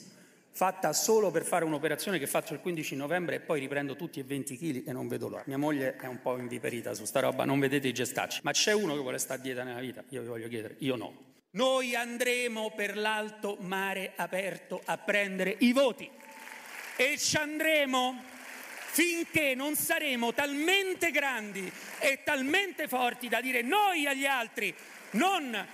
fatta solo per fare un'operazione che faccio il 15 novembre e poi riprendo tutti e 20 kg e non vedo l'ora. Mia moglie è un po' inviperita su sta roba, non vedete i gestacci. Ma c'è uno che vuole stare a dieta nella vita, io vi voglio chiedere, io no. Noi andremo per l'alto mare aperto a prendere i voti e ci andremo finché non saremo talmente grandi e talmente forti da dire noi agli altri, non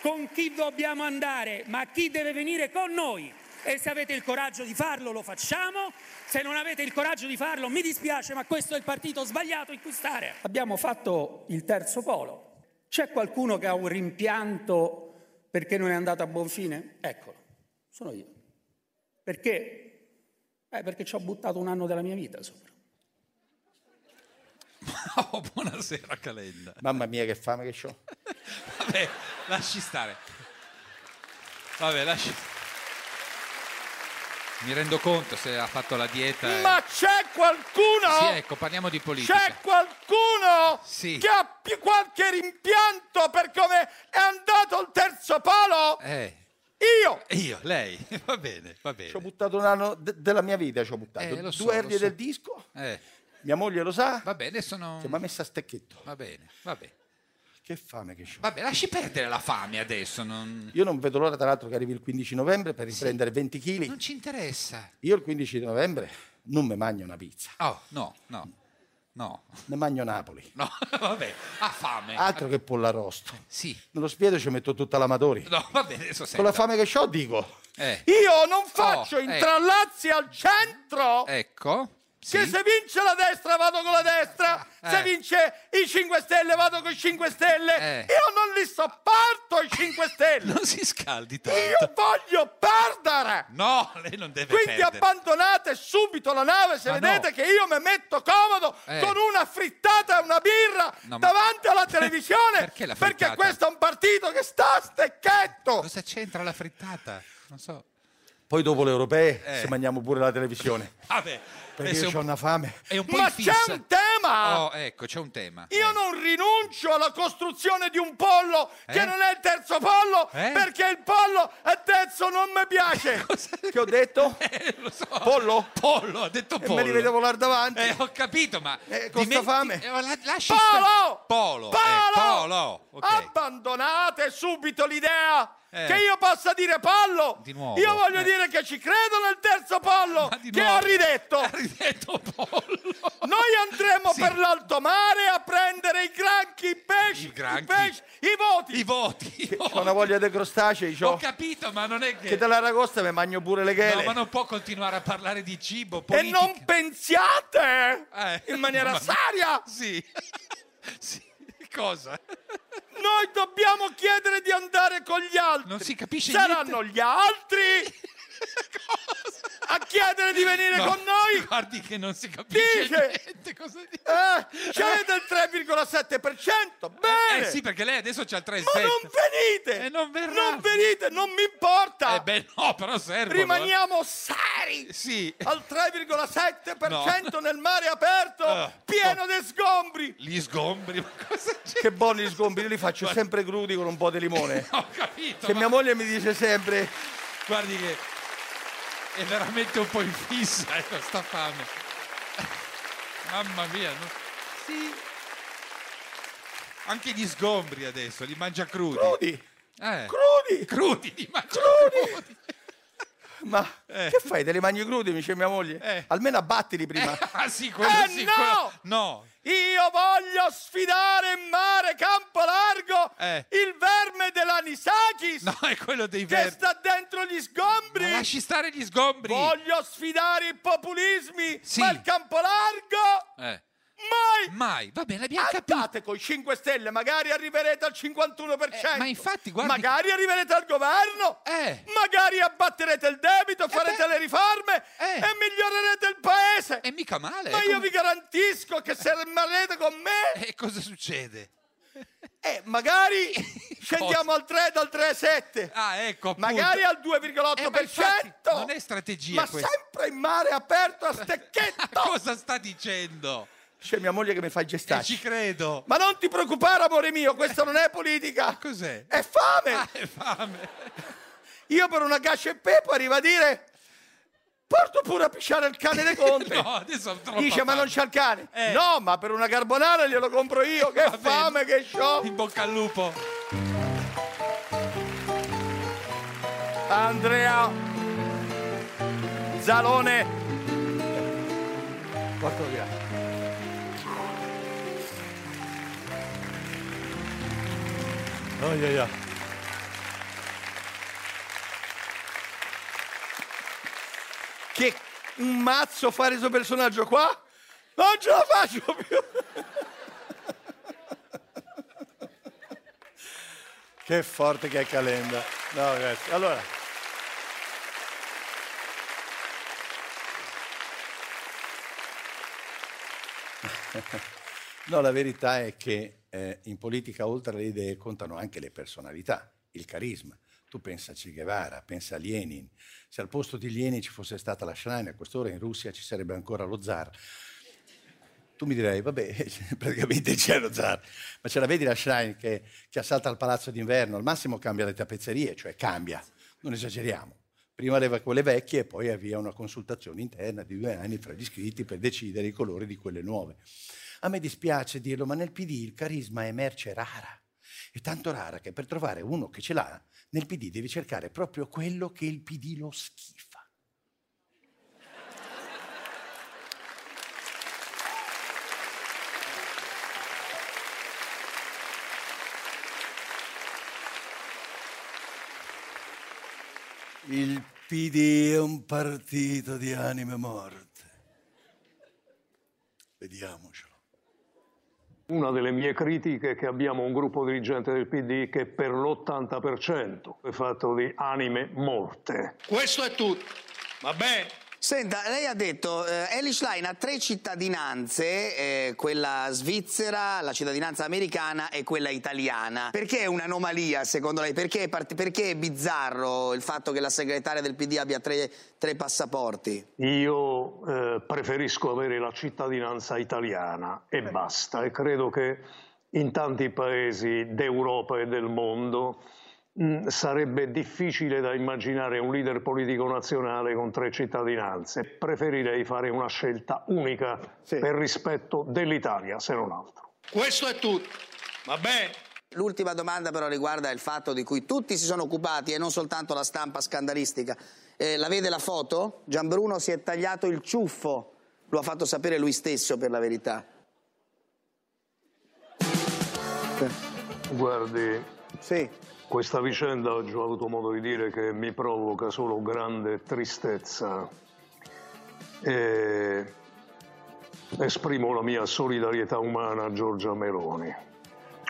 con chi dobbiamo andare, ma chi deve venire con noi. E se avete il coraggio di farlo lo facciamo, se non avete il coraggio di farlo mi dispiace, ma questo è il partito sbagliato in cui stare. Abbiamo fatto il terzo polo. C'è qualcuno che ha un rimpianto perché non è andato a buon fine? Eccolo, sono io. Perché? Eh, perché ci ho buttato un anno della mia vita sopra. Buonasera Calenda. Mamma mia, che fame che ho. Vabbè, lasci stare. Vabbè, lasci. Mi rendo conto se ha fatto la dieta. e- Ma c'è qualcuno? Sì, ecco, parliamo di politica. Cioè- C'è qualcuno Sì. che ha più qualche rimpianto per come è andato il terzo palo? Eh, Io! io, lei. Va bene, va bene. Ci ho buttato un anno de- della mia vita, ci ho buttato. Eh, lo so, Due lo ernie so. del disco, Eh, mia moglie lo sa. Va bene, sono... Si è messa a stecchetto. va bene, va bene. Che fame che ho. Vabbè, lasci perdere la fame adesso. Non, Io non vedo l'ora, tra l'altro, che arrivi il 15 novembre per riprendere 20 kg. non ci interessa. Io il 15 novembre non mi mangio una pizza, Oh, no, no, no. ne mangio Napoli. No, vabbè, ha fame. Altro che pollarosto. Sì. Nello spiedo ci metto tutta l'amatori. No, va bene, adesso Con senta. la fame che ho dico, Eh, Io non faccio Oh, eh. intrallazzi al centro! ecco. Che se vince la destra vado con la destra, se Eh. vince i 5 Stelle vado con i 5 Stelle. Eh. Io non li sopporto i 5 Stelle. Non si scaldi tanto. Io voglio perdere. No, Oh, lei non deve Quindi perdere. abbandonate subito la nave se Ma vedete no. che io mi metto comodo Eh. con una frittata e una birra No, ma- davanti alla televisione Perché la frittata? questo è un partito che sta a stecchetto. Cosa c'entra la frittata? Non so. poi dopo le europee Eh. se mangiamo pure la televisione. Vabbè, Perché adesso io è ho un, una fame. è un po' Ma infissa. c'è un tema! tema! Oh, ecco, c'è un tema. Io non rinuncio alla costruzione di un pollo che non è il terzo pollo Eh? perché il pollo è terzo non mi piace. Che ho detto? Pollo? Eh, Pollo, ha detto E me pollo. li vedo volare davanti. Eh, ho capito, ma... Eh, costa dimetti- fame. Eh, la- lasci Polo! sta- Polo! eh, Polo! Polo, Oh, ok. Abbandonate subito l'idea Eh. che io possa dire pollo. Di nuovo, Io voglio eh. dire che ci credo nel terzo pollo che nuovo. ha ridetto. Noi andremo per l'alto mare a prendere i granchi, i pesci, i, pesci, i voti. I voti. Ho una voglia dei crostacei, c'ho. Ho capito, ma non è che... che dall'aragosta mi mangio pure le chele. No, ma non può continuare a parlare di cibo, E politica. non pensiate Eh, in maniera ma- seria. Sì. Sì, cosa? Noi dobbiamo chiedere di andare con gli altri. Non si capisce Saranno gli altri a chiedere di venire No, con noi. Guardi che non si capisce Dice, niente cosa dice. eh, siete il 3,7%. Bene. Eh sì, perché lei adesso c'ha il 3,7. Ma non venite. non, venite, non mi importa. Eh beh, no, però eh. serve. Rimaniamo seri. Sì. Al 3,7% nel mare aperto, Ah, pieno di sgombri. Gli sgombri, ma cosa c'è? Che buoni gli sgombri, io li faccio sempre crudi con un po' di limone. Ho capito. Che ma- mia moglie mi dice sempre, Guardi che è veramente un po' in fissa eh, questa fame. Mamma mia. no? Sì. Anche gli sgombri adesso, li mangia crudi. Crudi. Eh. crudi, Crudi, li mangia ma Eh. che fai? Te li mangi crudi? Mi dice mia moglie. Almeno abbattili prima. Ah sì, Eh. quello Eh, sì, no! quello- No. Io voglio sfidare in mare campo largo Eh. il verme dell'Anisakis No, è quello dei che verdi. sta dentro gli sgombri. Ma lasci stare gli sgombri. Voglio sfidare i populismi, Sì. ma il campo largo Eh. mai. Mai, va bene, l'abbiamo Andate con i 5 Stelle, magari arriverete al 51%. Eh, ma infatti, guardi- Magari arriverete al governo. Eh. Magari abbatterete il debito, farete le riforme Eh. e migliorerete il paese. E mica male. Ma eh, io com- vi garantisco che se rimarrete con me, E cosa succede? eh, magari scendiamo al 3 dal 3,7. Ah, ecco, appunto. Magari al Eh, ma 2,8%. infatti, non è strategia ma questa. sempre in mare aperto a stecchetto. Cosa sta dicendo? C'è mia moglie che mi fa i Eh, gestacci. ci credo. Ma non ti preoccupare, amore mio, questa non è politica. Cos'è? Ah, È fame. È fame. Io per una gascia e pepo arrivo a dire porto pure a pisciare il cane dei conti. No, adesso ho troppa Dice, ma fame." non c'ha il cane. Eh. No, ma per una carbonara glielo compro io. Che Va bene. fame, che show. In bocca al lupo. Andrea Zalone. Portalo via. Oh, yeah, yeah. Che un mazzo fare questo personaggio qua? Non ce la faccio più. Che forte che è Calenda. No, grazie. Allora. No, la verità è che eh, in politica, oltre alle idee, contano anche le personalità, il carisma. Tu pensa a Che Guevara, pensa a Lenin. Se al posto di Lenin ci fosse stata la Shrine, a quest'ora in Russia ci sarebbe ancora lo zar. Tu mi direi, vabbè, praticamente c'è lo zar, ma ce la vedi la Shrine che, che assalta il palazzo d'inverno? Al massimo cambia le tappezzerie, cioè cambia, non esageriamo. Prima leva quelle vecchie e poi avvia una consultazione interna di due anni fra gli iscritti per decidere i colori di quelle nuove. A me dispiace dirlo, ma nel PD il carisma è merce rara. È tanto rara che per trovare uno che ce l'ha, nel PD devi cercare proprio quello che il PD lo schifa. Il PD è un partito di anime morte. Vediamocelo. Una delle mie critiche è che abbiamo un gruppo dirigente del PD che per l'80% è fatto di anime morte. Questo è tutto. Vabbè, Senta, lei ha detto, eh, Elish Line ha tre cittadinanze, eh, quella svizzera, la cittadinanza americana e quella italiana. Perché è un'anomalia secondo lei? Perché è, part- perché è bizzarro il fatto che la segretaria del PD abbia tre, tre passaporti? Io eh, preferisco avere la cittadinanza italiana e basta. E credo che in tanti paesi d'Europa e del mondo mh, sarebbe difficile da immaginare un leader politico nazionale con tre cittadinanze. Preferirei fare una scelta unica per rispetto dell'Italia, se non altro. Questo è tutto. Va bene. L'ultima domanda però riguarda il fatto di cui tutti si sono occupati e non soltanto la stampa scandalistica. Eh, la vede la foto? Gianbruno si è tagliato il ciuffo, lo ha fatto sapere lui stesso per la verità. Guardi, questa vicenda oggi ho avuto modo di dire che mi provoca solo grande tristezza. E esprimo la mia solidarietà umana a Giorgia Meloni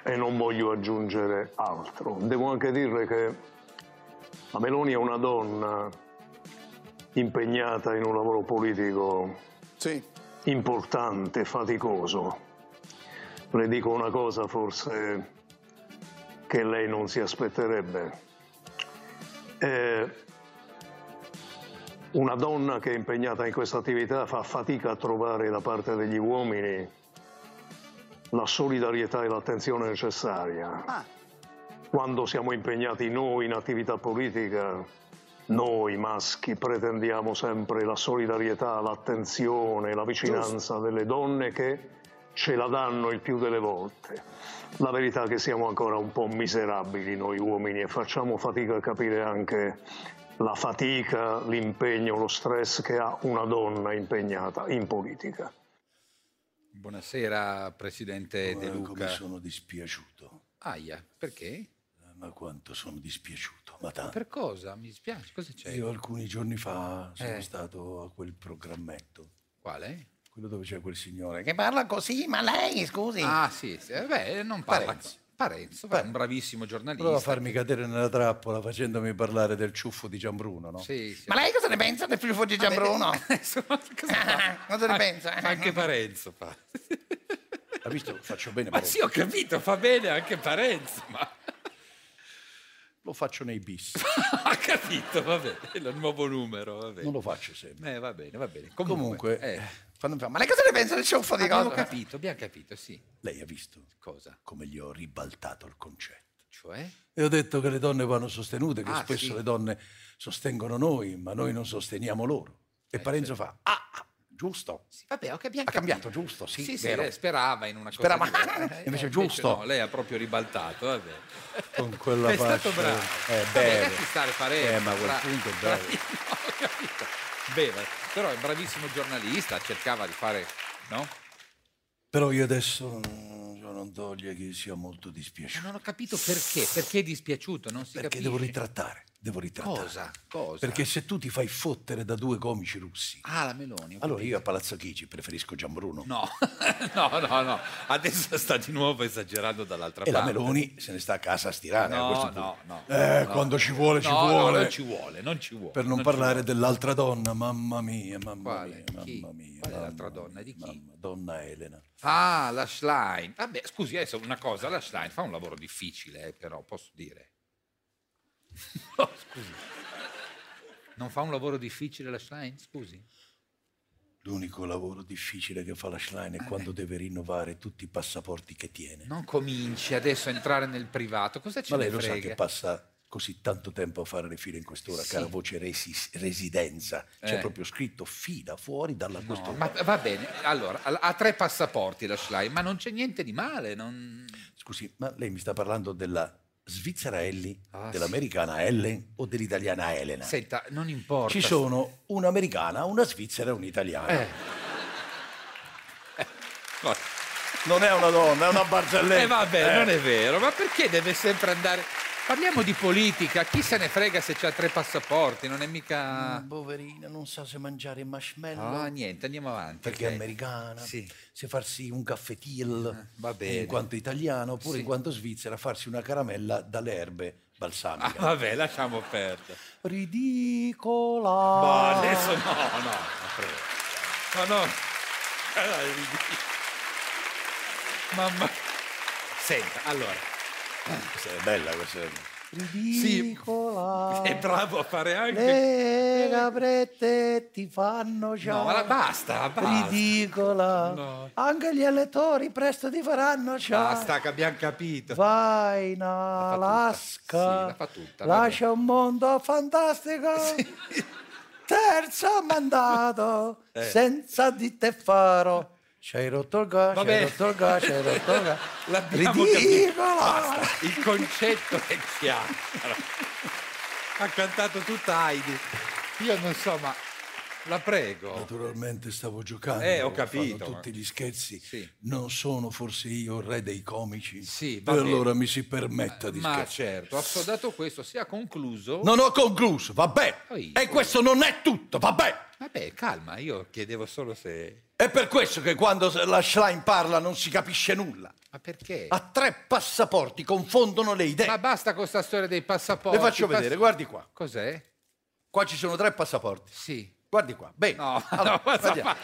e non voglio aggiungere altro. Devo anche dire che la Meloni è una donna impegnata in un lavoro politico importante, faticoso. Le dico una cosa forse che lei non si aspetterebbe. Eh, una donna che è impegnata in questa attività fa fatica a trovare da parte degli uomini la solidarietà e l'attenzione necessaria. Quando siamo impegnati noi in attività politica, noi maschi pretendiamo sempre la solidarietà, l'attenzione, la vicinanza delle donne che ce la danno il più delle volte. La verità è che siamo ancora un po' miserabili noi uomini e facciamo fatica a capire anche la fatica, l'impegno, lo stress che ha una donna impegnata in politica. Buonasera Presidente De Guarda Luca. come sono dispiaciuto. Aia, perché? Ma quanto sono dispiaciuto, ma tanto. Per cosa? Mi dispiace, cosa c'è? Io alcuni giorni fa sono Eh. stato a quel programmetto. Quale? Quello dove c'è quel signore Che che parla così, ma lei, scusi. Ah, sì, sì. eh, beh, non parla. Parenzo. Parenzo, beh, un bravissimo giornalista. prova a farmi cadere nella trappola facendomi parlare del ciuffo di Gianbruno, no? Sì, sì. Ma lei cosa ne pensa del ciuffo di Gianbruno? cosa ne pensa? Eh. Anche Parenzo fa. Ha visto? Faccio bene. Ma però. sì, ho capito, fa bene anche Parenzo, ma Lo faccio nei bis. ha capito, va bene, è il nuovo numero, va bene. Non lo faccio sempre. Eh, va bene, va bene. Comunque, Comunque, eh, quando mi fa, Ma lei cosa ne pensa del ciuffo di abbiamo cosa? capito, abbiamo capito, sì. Lei ha visto cosa? Come gli ho ribaltato il concetto. Cioè? E ho detto che le donne vanno sostenute, che Ah, spesso sì. le donne sostengono noi, ma noi non sosteniamo loro. E Parenzo fa, ah, ah, giusto. Vabbè, ho ha capito. cambiato, giusto, sì, Sì, sì, vero. lei sperava in una cosa Sperava- diversa. Eh, Invece giusto. No, lei ha proprio ribaltato, va bene. Con quella è stato faccia. bravo. Eh, Vabbè, bello. lasci stare Parenzo. Eh, ma a quel bra- punto è bra- bello. No, ho capito. Beh, va- però è un bravissimo giornalista, cercava di fare, no? Però io adesso mm, io non toglie che sia molto dispiaciuto. Eh, Non ho capito perché, perché è dispiaciuto, non si Perché capisce. devo ritrattare, devo ritrattare. Cosa? Cosa? Perché se tu ti fai fottere da due comici russi, Ah, la Meloni. ho allora capito. io a Palazzo Chigi preferisco Gianbruno. No, no, no, no. Adesso sta di nuovo esagerando dall'altra E la parte. Meloni se ne sta a casa a stirare. a Ah, questo No, punto. no, no. Eh, no. quando ci vuole, ci No, no, vuole. non ci vuole, non ci vuole. Per non, ci parlare vuole. dell'altra donna, mamma mia, mamma Quale? mia, Chi? mamma mia. Qual è l'altra mamma donna? Di chi? mia, Donna Elena. Ah, la Schlein. Vabbè, scusi, adesso una cosa, la Schlein fa un lavoro difficile, eh, però, posso dire. No, scusi. Non fa un lavoro difficile la Schlein? Scusi. L'unico lavoro difficile che fa la Schlein Eh. è quando deve rinnovare tutti i passaporti che tiene. Non cominci adesso a entrare nel privato. Cosa ci Ma lei ne lo sa frega? che passa così tanto tempo a fare le file in quest'ora, Sì. cara voce resi- residenza. C'è Eh. proprio scritto fila fuori dalla No, questura. ma va bene, allora, ha- ha tre passaporti la Schlein, ma non c'è niente di male, non... Scusi, ma lei mi sta parlando della svizzera Ellie, Ah, dell'americana Ellen o dell'italiana Elena? Senta, non importa. Ci sono un'americana, una svizzera e un'italiana. Eh. Non è una donna, è una barzelletta. Eh vabbè, non Eh. è vero, ma perché deve sempre andare... Parliamo di politica, chi se ne frega se c'ha tre passaporti, non è mica... Mm, Poverina, non sa se mangiare marshmallow. Ah, niente, andiamo avanti. Perché ok. è americana, Sì. Ah, se farsi un caffetil va bene. in quanto italiano oppure Sì. in quanto svizzera farsi una caramella dalle erbe Ah, balsamica. vabbè, lasciamo perdere. Ridicola. Ma adesso no, no, ma prego. Ma no. Eh, Allora, ridi- Mamma. Senta, allora. Questa è bella questa. Oh. Ridicola. È bravo a eh, fare anche. Le caprette ti fanno ciao. No, ma la- basta, basta. Ridicola. No. Anche gli elettori presto ti faranno ciao. Basta che abbiamo capito. Vai in Sì, Alaska. la fa tutta, Lascia un mondo fantastico. Terzo mandato. Eh. Senza di te farò. C'hai rotto il gas, c'hai Vabbè. rotto il gas, c'hai rotto il gas. L'abbiamo capito. Ridicola. Basta, Il concetto è chiaro. Ha cantato tutta Heidi. Io non so, ma la prego. Naturalmente stavo giocando. Eh, ho fanno capito, ma- Tutti gli scherzi. Sì. Non sono forse io il re dei comici. Sì, e va bene. allora mi si permetta di Ma scherzare. certo, assodato questo, si è concluso. Non ho concluso, vabbè. E questo non è tutto, vabbè. Vabbè, calma, io chiedevo solo se. È per questo che quando la Schlein parla non si capisce nulla. Ma perché? A tre passaporti confondono le idee. Ma basta con sta storia dei passaporti. Le faccio pass- vedere, guardi qua. Cos'è? Qua ci sono tre passaporti. Sì. Guardi qua. Bene. Allora, no, ma andiamo.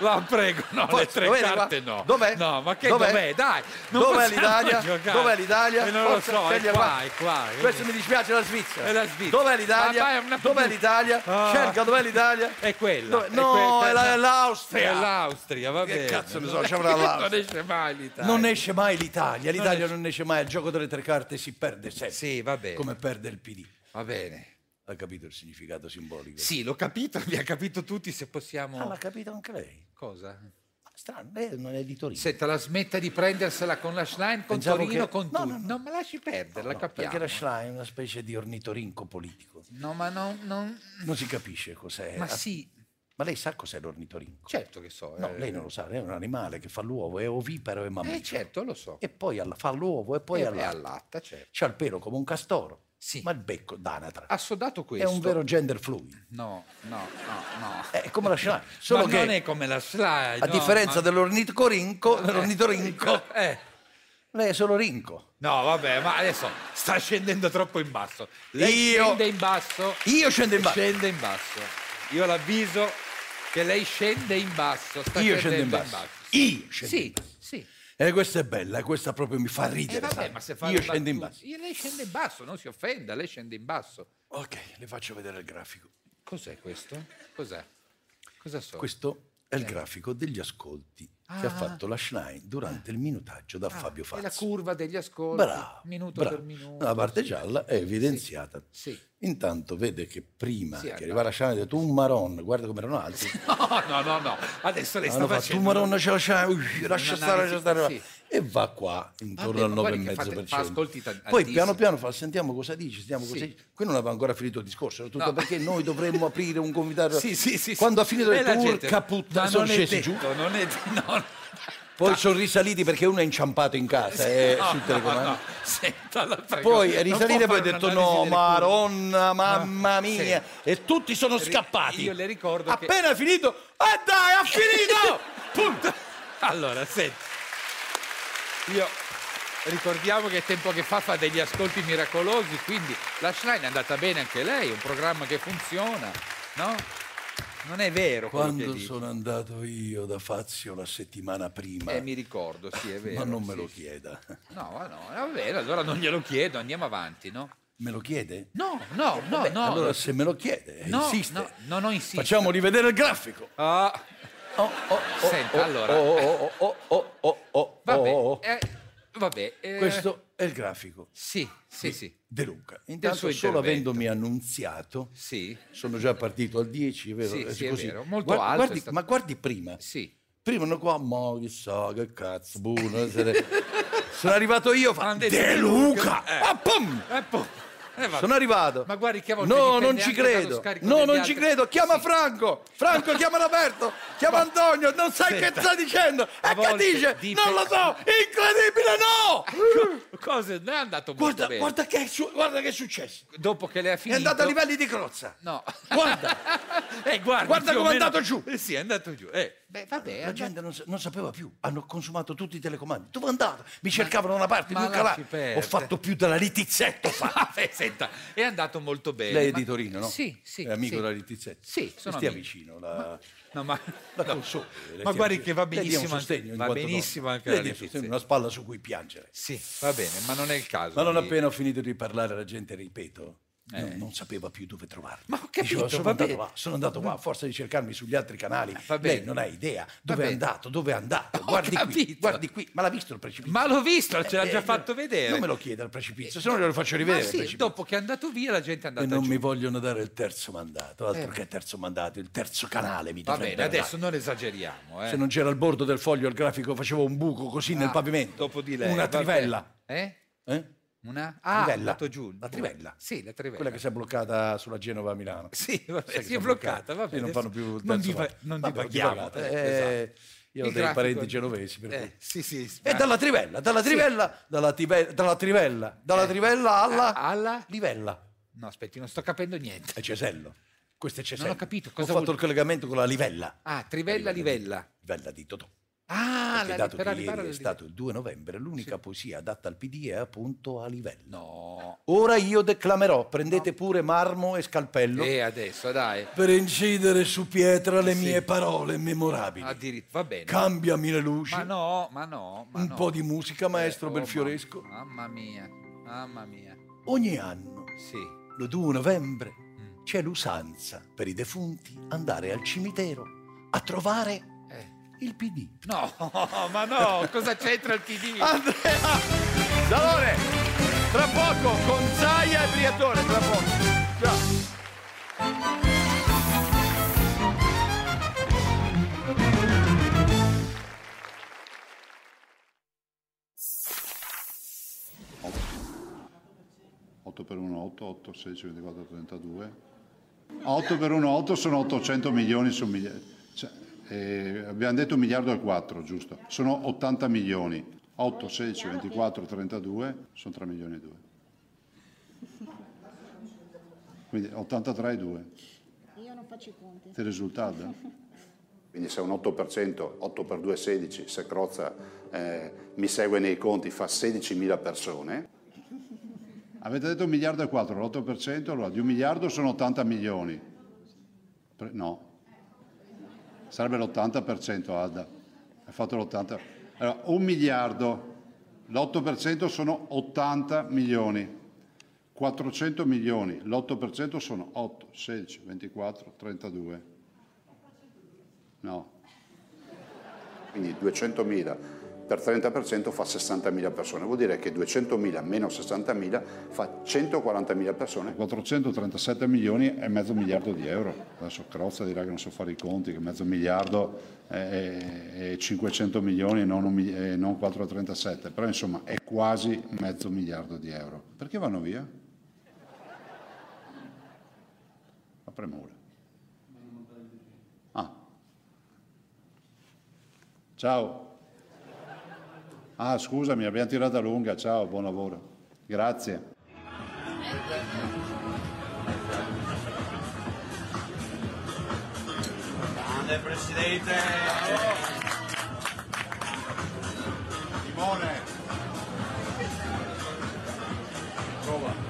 La prego, no, Poi, le tre lo vedi qua? carte no. Dov'è? No, ma che Dov'è? dov'è? Dai, non Dov'è possiamo l'Italia? giocare. Dov'è l'Italia? Eh, non lo Forza, so, è scegli qua, qua. è qua. Questo mi dispiace, è la Svizzera. È la Svizzera. Dov'è l'Italia? Ma vai, è una- Dov'è l'Italia? Ah. Scelga dov'è l'Italia? È quella. Dov'è? è No, quella. è la- è l'Austria. È l'Austria, va bene. cazzo ne so, c'è una l'Austria. Non esce mai l'Italia. Non esce mai l'Italia, l'Italia non esce mai, il gioco delle tre carte si perde sempre. Sì, va bene. Come perde il PD. Va bene. Ha capito il significato simbolico? Sì, l'ho capito, abbiamo capito tutti se possiamo... Ah, l'ha capito anche lei. Cosa? Strano, lei non è di Torino. Senta, la smetta di prendersela con la Schlein, con Pensavo Torino, che- con No, tutti. no, no. ma lasci perdere, la No, capiamo. Perché la Schlein è una specie di ornitorinco politico. No, ma non... non- Non si capisce cos'è. Ma Ah, sì, Ma lei sa cos'è l'ornitorinco? certo che so. No, eh. lei non lo sa, lei è un animale che fa l'uovo, è oviparo e mammifero. Eh certo, lo so. E poi alla- fa l'uovo e poi E- e allatta. allatta, certo. C'ha il pelo come un castoro, Sì. ma il becco d'anatra. Assodato È questo. un vero gender fluid. No, no, no, no. Eh, È come la Schlein. Solo ma che non è come la Schlein. a no, differenza ma- dell'ornitorinco, dell'ornitorinco, Eh. lei è solo rinco. No, vabbè, ma adesso sta scendendo troppo in basso. Lei Io- scende in basso. Io scendo in basso. Scende in basso. Io l'avviso che lei scende in basso. Sta Io scendo scendendo in basso. Io scendo Sì, in basso. sì. E questa è bella, questa proprio mi fa Eh, ridere. vabbè, sai? ma se fa Io le scendo in battute- basso. Io- Lei scende in basso, non si offenda, lei scende in basso. Ok, le faccio vedere il grafico. Cos'è questo? Cos'è? Cosa so? Questo è il grafico degli ascolti che Ah. ha fatto la Schnein durante il minutaggio da Fabio È la Fazio. curva degli ascolti, Bravo, minuto bravo. per minuto. La parte gialla è evidenziata. Sì. Intanto vede che prima Sì, che allora. arriva la Schnein ha detto un maron, guarda come erano alti. No, no, no, no. Adesso lei sta Hanno fatto un facendo... maron, c'è la Schnein, ui, lascia stare, lascia stare. Sì. E va qua intorno Vabbè, al ma guardi che 9,5%. fate- fa ascolti tan- Poi tantissimi. piano piano fa, sentiamo cosa dice, sentiamo cosa Sì. dice. Qui non aveva ancora finito il discorso, era tutto No. perché noi dovremmo aprire un comitato. Sì, sì, sì. Quando ha sì. finito E il la tour, gente- caputta, Ma sono non è scesi detto, giù. Non è no, Poi sono risaliti perché uno è inciampato in casa eh, no, sul no, telecomando. no. Senta, la prego. Poi Non è risalito può e poi ha fare detto un'analisi no, delle maronna, mamma Sì. mia. E tutti sono curve. scappati. Io le ricordo che... Appena finito, eh dai, ha finito! Punto. Allora, senti. Io ricordiamo che tempo che fa fa degli ascolti miracolosi, quindi la Schlein è andata bene anche lei, è un programma che funziona, no? Non è vero quello che Quando dici. sono andato io da Fazio la settimana prima, Eh, mi ricordo, sì, è vero. ma non me sì, lo sì. chieda. No, ma no, va bene, allora non glielo chiedo, andiamo avanti, no? Me lo chiede? Eh, No, no, no, Vabbè, no. Allora se me lo chiede, no, insiste. No, no, no, insisto. Facciamo rivedere il grafico. Ah, Oh, oh, oh, Senta, oh, allora. Oh, oh, oh, oh, oh, oh, vabbè, oh, oh. eh, vabbè. eh, Questo è il grafico. Sì, sì, sì. De Luca. suo Intanto solo intervento. avendomi annunziato, Sì, sono già partito al 10, è vero? Sì, Eh, sì, è vero. Molto Guardi- alto è guardi- stato. Ma guardi prima, sì. prima non qua, ma chissà che cazzo, buono. se ne- sono arrivato io, fa, detto De De Luca! Luca, eh. Ah, pum! Eh, po- eh, vabbè. Sono arrivato. Ma guardi che a volte No, dipende non ci anche dallo credo. scarico No, degli non ci altri. credo. Chiama Franco. Franco, chiama Roberto. Chiama Antonio. Non sai che Senta. sta dicendo. A E che volte dice? dipen- Non lo so. Incredibile, no. Cose non è andato molto Guarda, bene. guarda che, è su- guarda che è successo. Dopo che le ha È finito... andato a livelli di crozza. No. Guarda. Eh, guardi, Guarda più o com'è meno- andato giù. Eh, sì, è andato giù. Eh, Beh, vabbè, la andate- gente non, sa- non sapeva più, hanno consumato tutti i telecomandi. Dove andate? Mi cercavano da una parte, ma l'unica là. lasci perdere. Ho fatto più dalla litizzetto. Ah, beh, senta, è andato molto bene. Lei è ma- di Torino, no? Sì, sì. È amico sì. della Littizzetti. Sì, sono stia amico. vicino. La... No, ma, La no. console, le ma stiamo guardi vicino. che va Lei dia un benissimo, sostegno anche, in va quanto benissimo donna. anche Lei la dia un sostegno, Littizzetti. una spalla su cui piangere. Sì, va bene, ma non è il caso. Ma non di- appena ho finito di parlare la gente, ripeto, Eh. non, non sapeva più dove trovarmi. Ma ho capito, Diceva, sono va andato bene. Ah, qua, sono andato qua, a forza di cercarmi sugli altri canali. Lei bene. non ha idea dove è bene. andato, dove è andato. Guardi qui, guardi qui. Ma l'ha visto il precipizio? Ma l'ho visto, ce l'ha Eh, già eh, fatto vedere. Non me lo chieda il precipizio, se no glielo faccio rivedere. Ma il sì, precipizio. dopo che è andato via la gente è E andata non giù. mi vogliono dare il terzo mandato, altro Eh. che terzo mandato, il terzo canale mi Va dovrebbero bene, adesso dare. non esageriamo. Eh. Se non c'era il bordo del foglio, il grafico faceva un buco così nel Ah, pavimento. Dopo di lei. Una va bene. trivella. Eh? Eh? Una? Ah, Trivella. è andato giù. La trivella. Sì, la trivella. Quella che si è bloccata sulla Genova a Milano. Sì, vabbè, Sai che si è sono bloccata, bloccati. va bene. Sì, non fanno più il Non, terzo diva- fatto. non Vabbè, divaghiamo. divagate. eh, Eh, esatto. Io ho Il dei grafico- parenti genovesi. Per Eh, cui. sì, sì. E dalla trivella, dalla Sì. Eh. trivella, dalla, tibe- dalla trivella, dalla trivella alla... alla livella. No, aspetti, non sto capendo niente. È Cesello. Questo è Cesello. Non ho capito ho cosa fatto vuol- il collegamento con la livella. Ah, trivella, livella. Livella di Totò. Ah, Perché la- dato per che arrivare ieri è alla- stato il 2 novembre, l'unica poesia adatta al PD è appunto a livello. No. Ora io declamerò, prendete pure marmo e scalpello E Eh, adesso, dai. per incidere su pietra le Sì. mie parole memorabili. Addirittura, va bene. Cambiami le luci, Ma no, ma no, ma un no. po' di musica, maestro Oh, Belfioresco. ma- Mamma mia, mamma mia. Ogni anno, Sì. lo 2 novembre, Mm. c'è l'usanza per i defunti andare al cimitero a trovare il PD. No, ma no, cosa c'entra il PD? Andrea Salone, tra poco con Zaia e Briatore, tra poco. Ciao. per 1 8, 8, 16, 24, 32. 8 per 1 8 sono 800 milioni su miliardi. abbiamo detto un miliardo e 4, giusto? Sono 80 milioni. 8, 16, 24, 32 sono 3 milioni e 2. Quindi 83 e 2. Io non faccio i conti. Ti risulta? Quindi se un 8%, 8 per 2 è 16, se Crozza eh, mi segue nei conti fa 16.000 persone, Avete detto un miliardo e 4, l'8%, allora di un miliardo sono 80 milioni. Pre- no, sarebbe l'80% Ada, hai fatto l'80%. Allora, un miliardo, l'8% sono 80 milioni, 400 milioni, l'8% sono 8, 16, 24, 32. No, quindi 200.000 per 30% fa 60.000 persone, vuol dire che 200.000 meno 60.000 fa 140.000 persone 437 milioni e mezzo miliardo di euro. Adesso Crozza dirà che non so fare i conti, che mezzo miliardo è, è 500 milioni e non, un mi- e non 437, però insomma è quasi mezzo miliardo di euro. Perché vanno via? La premura. Ah. Ciao. Ah, scusami, abbiamo tirata lunga. Ciao, buon lavoro. Grazie. Grande presidente. Simone. Prova.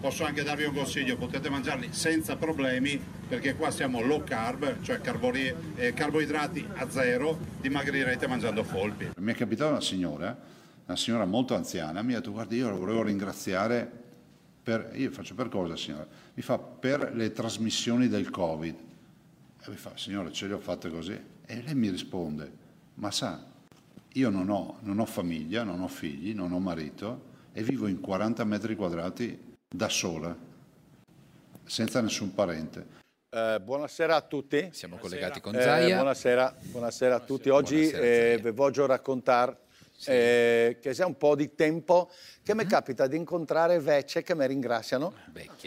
Posso anche darvi un consiglio, potete mangiarli senza problemi perché qua siamo low carb, cioè carbori- eh, carboidrati a zero, dimagrirete mangiando folpi. Mi è capitata una signora, una signora molto anziana, mi ha detto guardi io la volevo ringraziare per, io faccio per cosa signora? Mi fa per le trasmissioni del Covid. E mi fa signora ce le ho fatte così? E lei mi risponde ma sa, io non ho, non ho famiglia, non ho figli, non ho marito e vivo in 40 metri quadrati da sola, senza nessun parente. Eh, buonasera a tutti. Siamo Eh, collegati buonasera, con Zaia. buonasera, buonasera a tutti. Oggi eh, vi voglio raccontare eh, che sia un po' di tempo, che Ah. mi capita di incontrare vecchie che mi ringraziano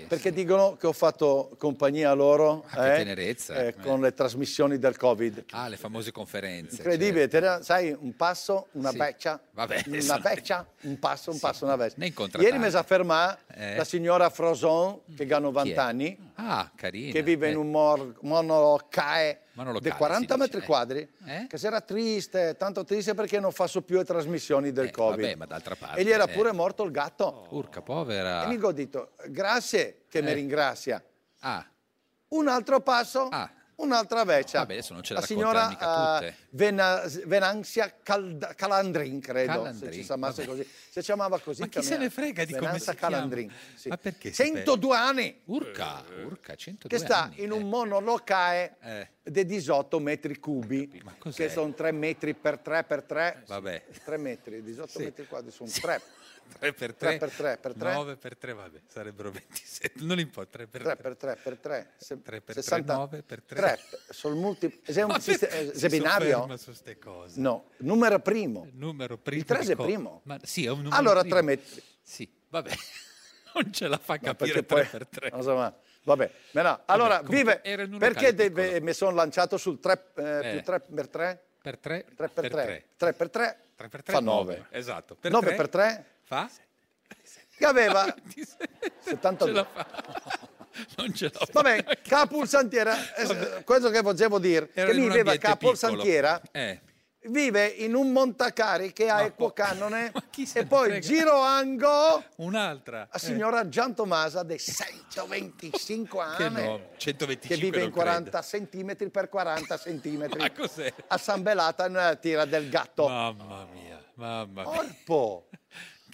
perché dicono che ho fatto compagnia loro Ah, che tenerezza, eh. con le trasmissioni del Covid. Ah, le famose conferenze. Incredibile, te ne- sai, un passo, una certo. Sì. vecchia, Vabbè, una sono- vecchia, un passo, un passo, una vecchia. ne incontra Ieri tanti. mi sa fermà Eh. Mm. la signora Froson, che ha 90 Chi è? anni, Ah, carina. che vive in eh. un mor- monolocale Monolocale, di 40 si dice, metri eh. quadri, che si era triste, tanto triste perché non faccio più le trasmissioni del Covid. Eh, Vabbè, ma d'altra parte. e gli era eh. pure morto il gatto. Urca, povera. E mi ho detto, grazie che mi Eh. ringrazia. Ah, Un altro passo, un'altra vecchia. vabbè, adesso non ce la La raccontano signora mica eh, tutte. Vena- Venanzia Calda- Calandrin, credo, se Calandrin, ci chiamasse vabbè. così. Se chiamava così. Ma chi se ne frega di come Venanzia si chiama? Calandrin. sì. Ma perché si 102 anni! Urca, urca, 102 Che sta anni. eh. in un monolocae di 18 metri cubi, cos'è? che sono 3 metri per 3 per 3. Vabbè. 3 metri, 18 Sì. metri quadri sono 3. 3 per 3, 3 per 3 per 3. 9 per 3, vabbè, sarebbero 27. Non importa, 3 per 3 3. per 3 per 3 3 per tre, nove per tre. sul multiplo se è un Ma siste- perché eh, si se è binario sofferma su ste cose? no numero primo Numero primo. Il tre di è co- primo. Ma sì, è un numero allora primo. 3 metri Sì, vabbè. Non ce la fa No, capire perché 3 poi- per 3. non so, ma- vabbè ma no, allora comunque, vive era in uno perché locale deve- mi sono lanciato sul 3 Eh. più 3 per 3 Per 3 3 per per 3 tre. 3 per 3 3 per 3 fa 9 Esatto. 9 tre per 3 Fa? che aveva Ce la 72 fa. Non ce la fa. Vabbè, capulsantiera, eh, questo che volevo dire, Era che in mi un viveva ambiente capulsantiera, piccolo. Eh, vive in un montacari che ha Equo Cannone e frega? Eh. poi Giroango un'altra. a signora Gian Tomasa dei 125 Che anni no, 125 che vive non in 40 centimetri per 40 credo. centimetri Ma cos'è? a San Belata nella tira del gatto. Mamma mia, mamma mia. Corpo!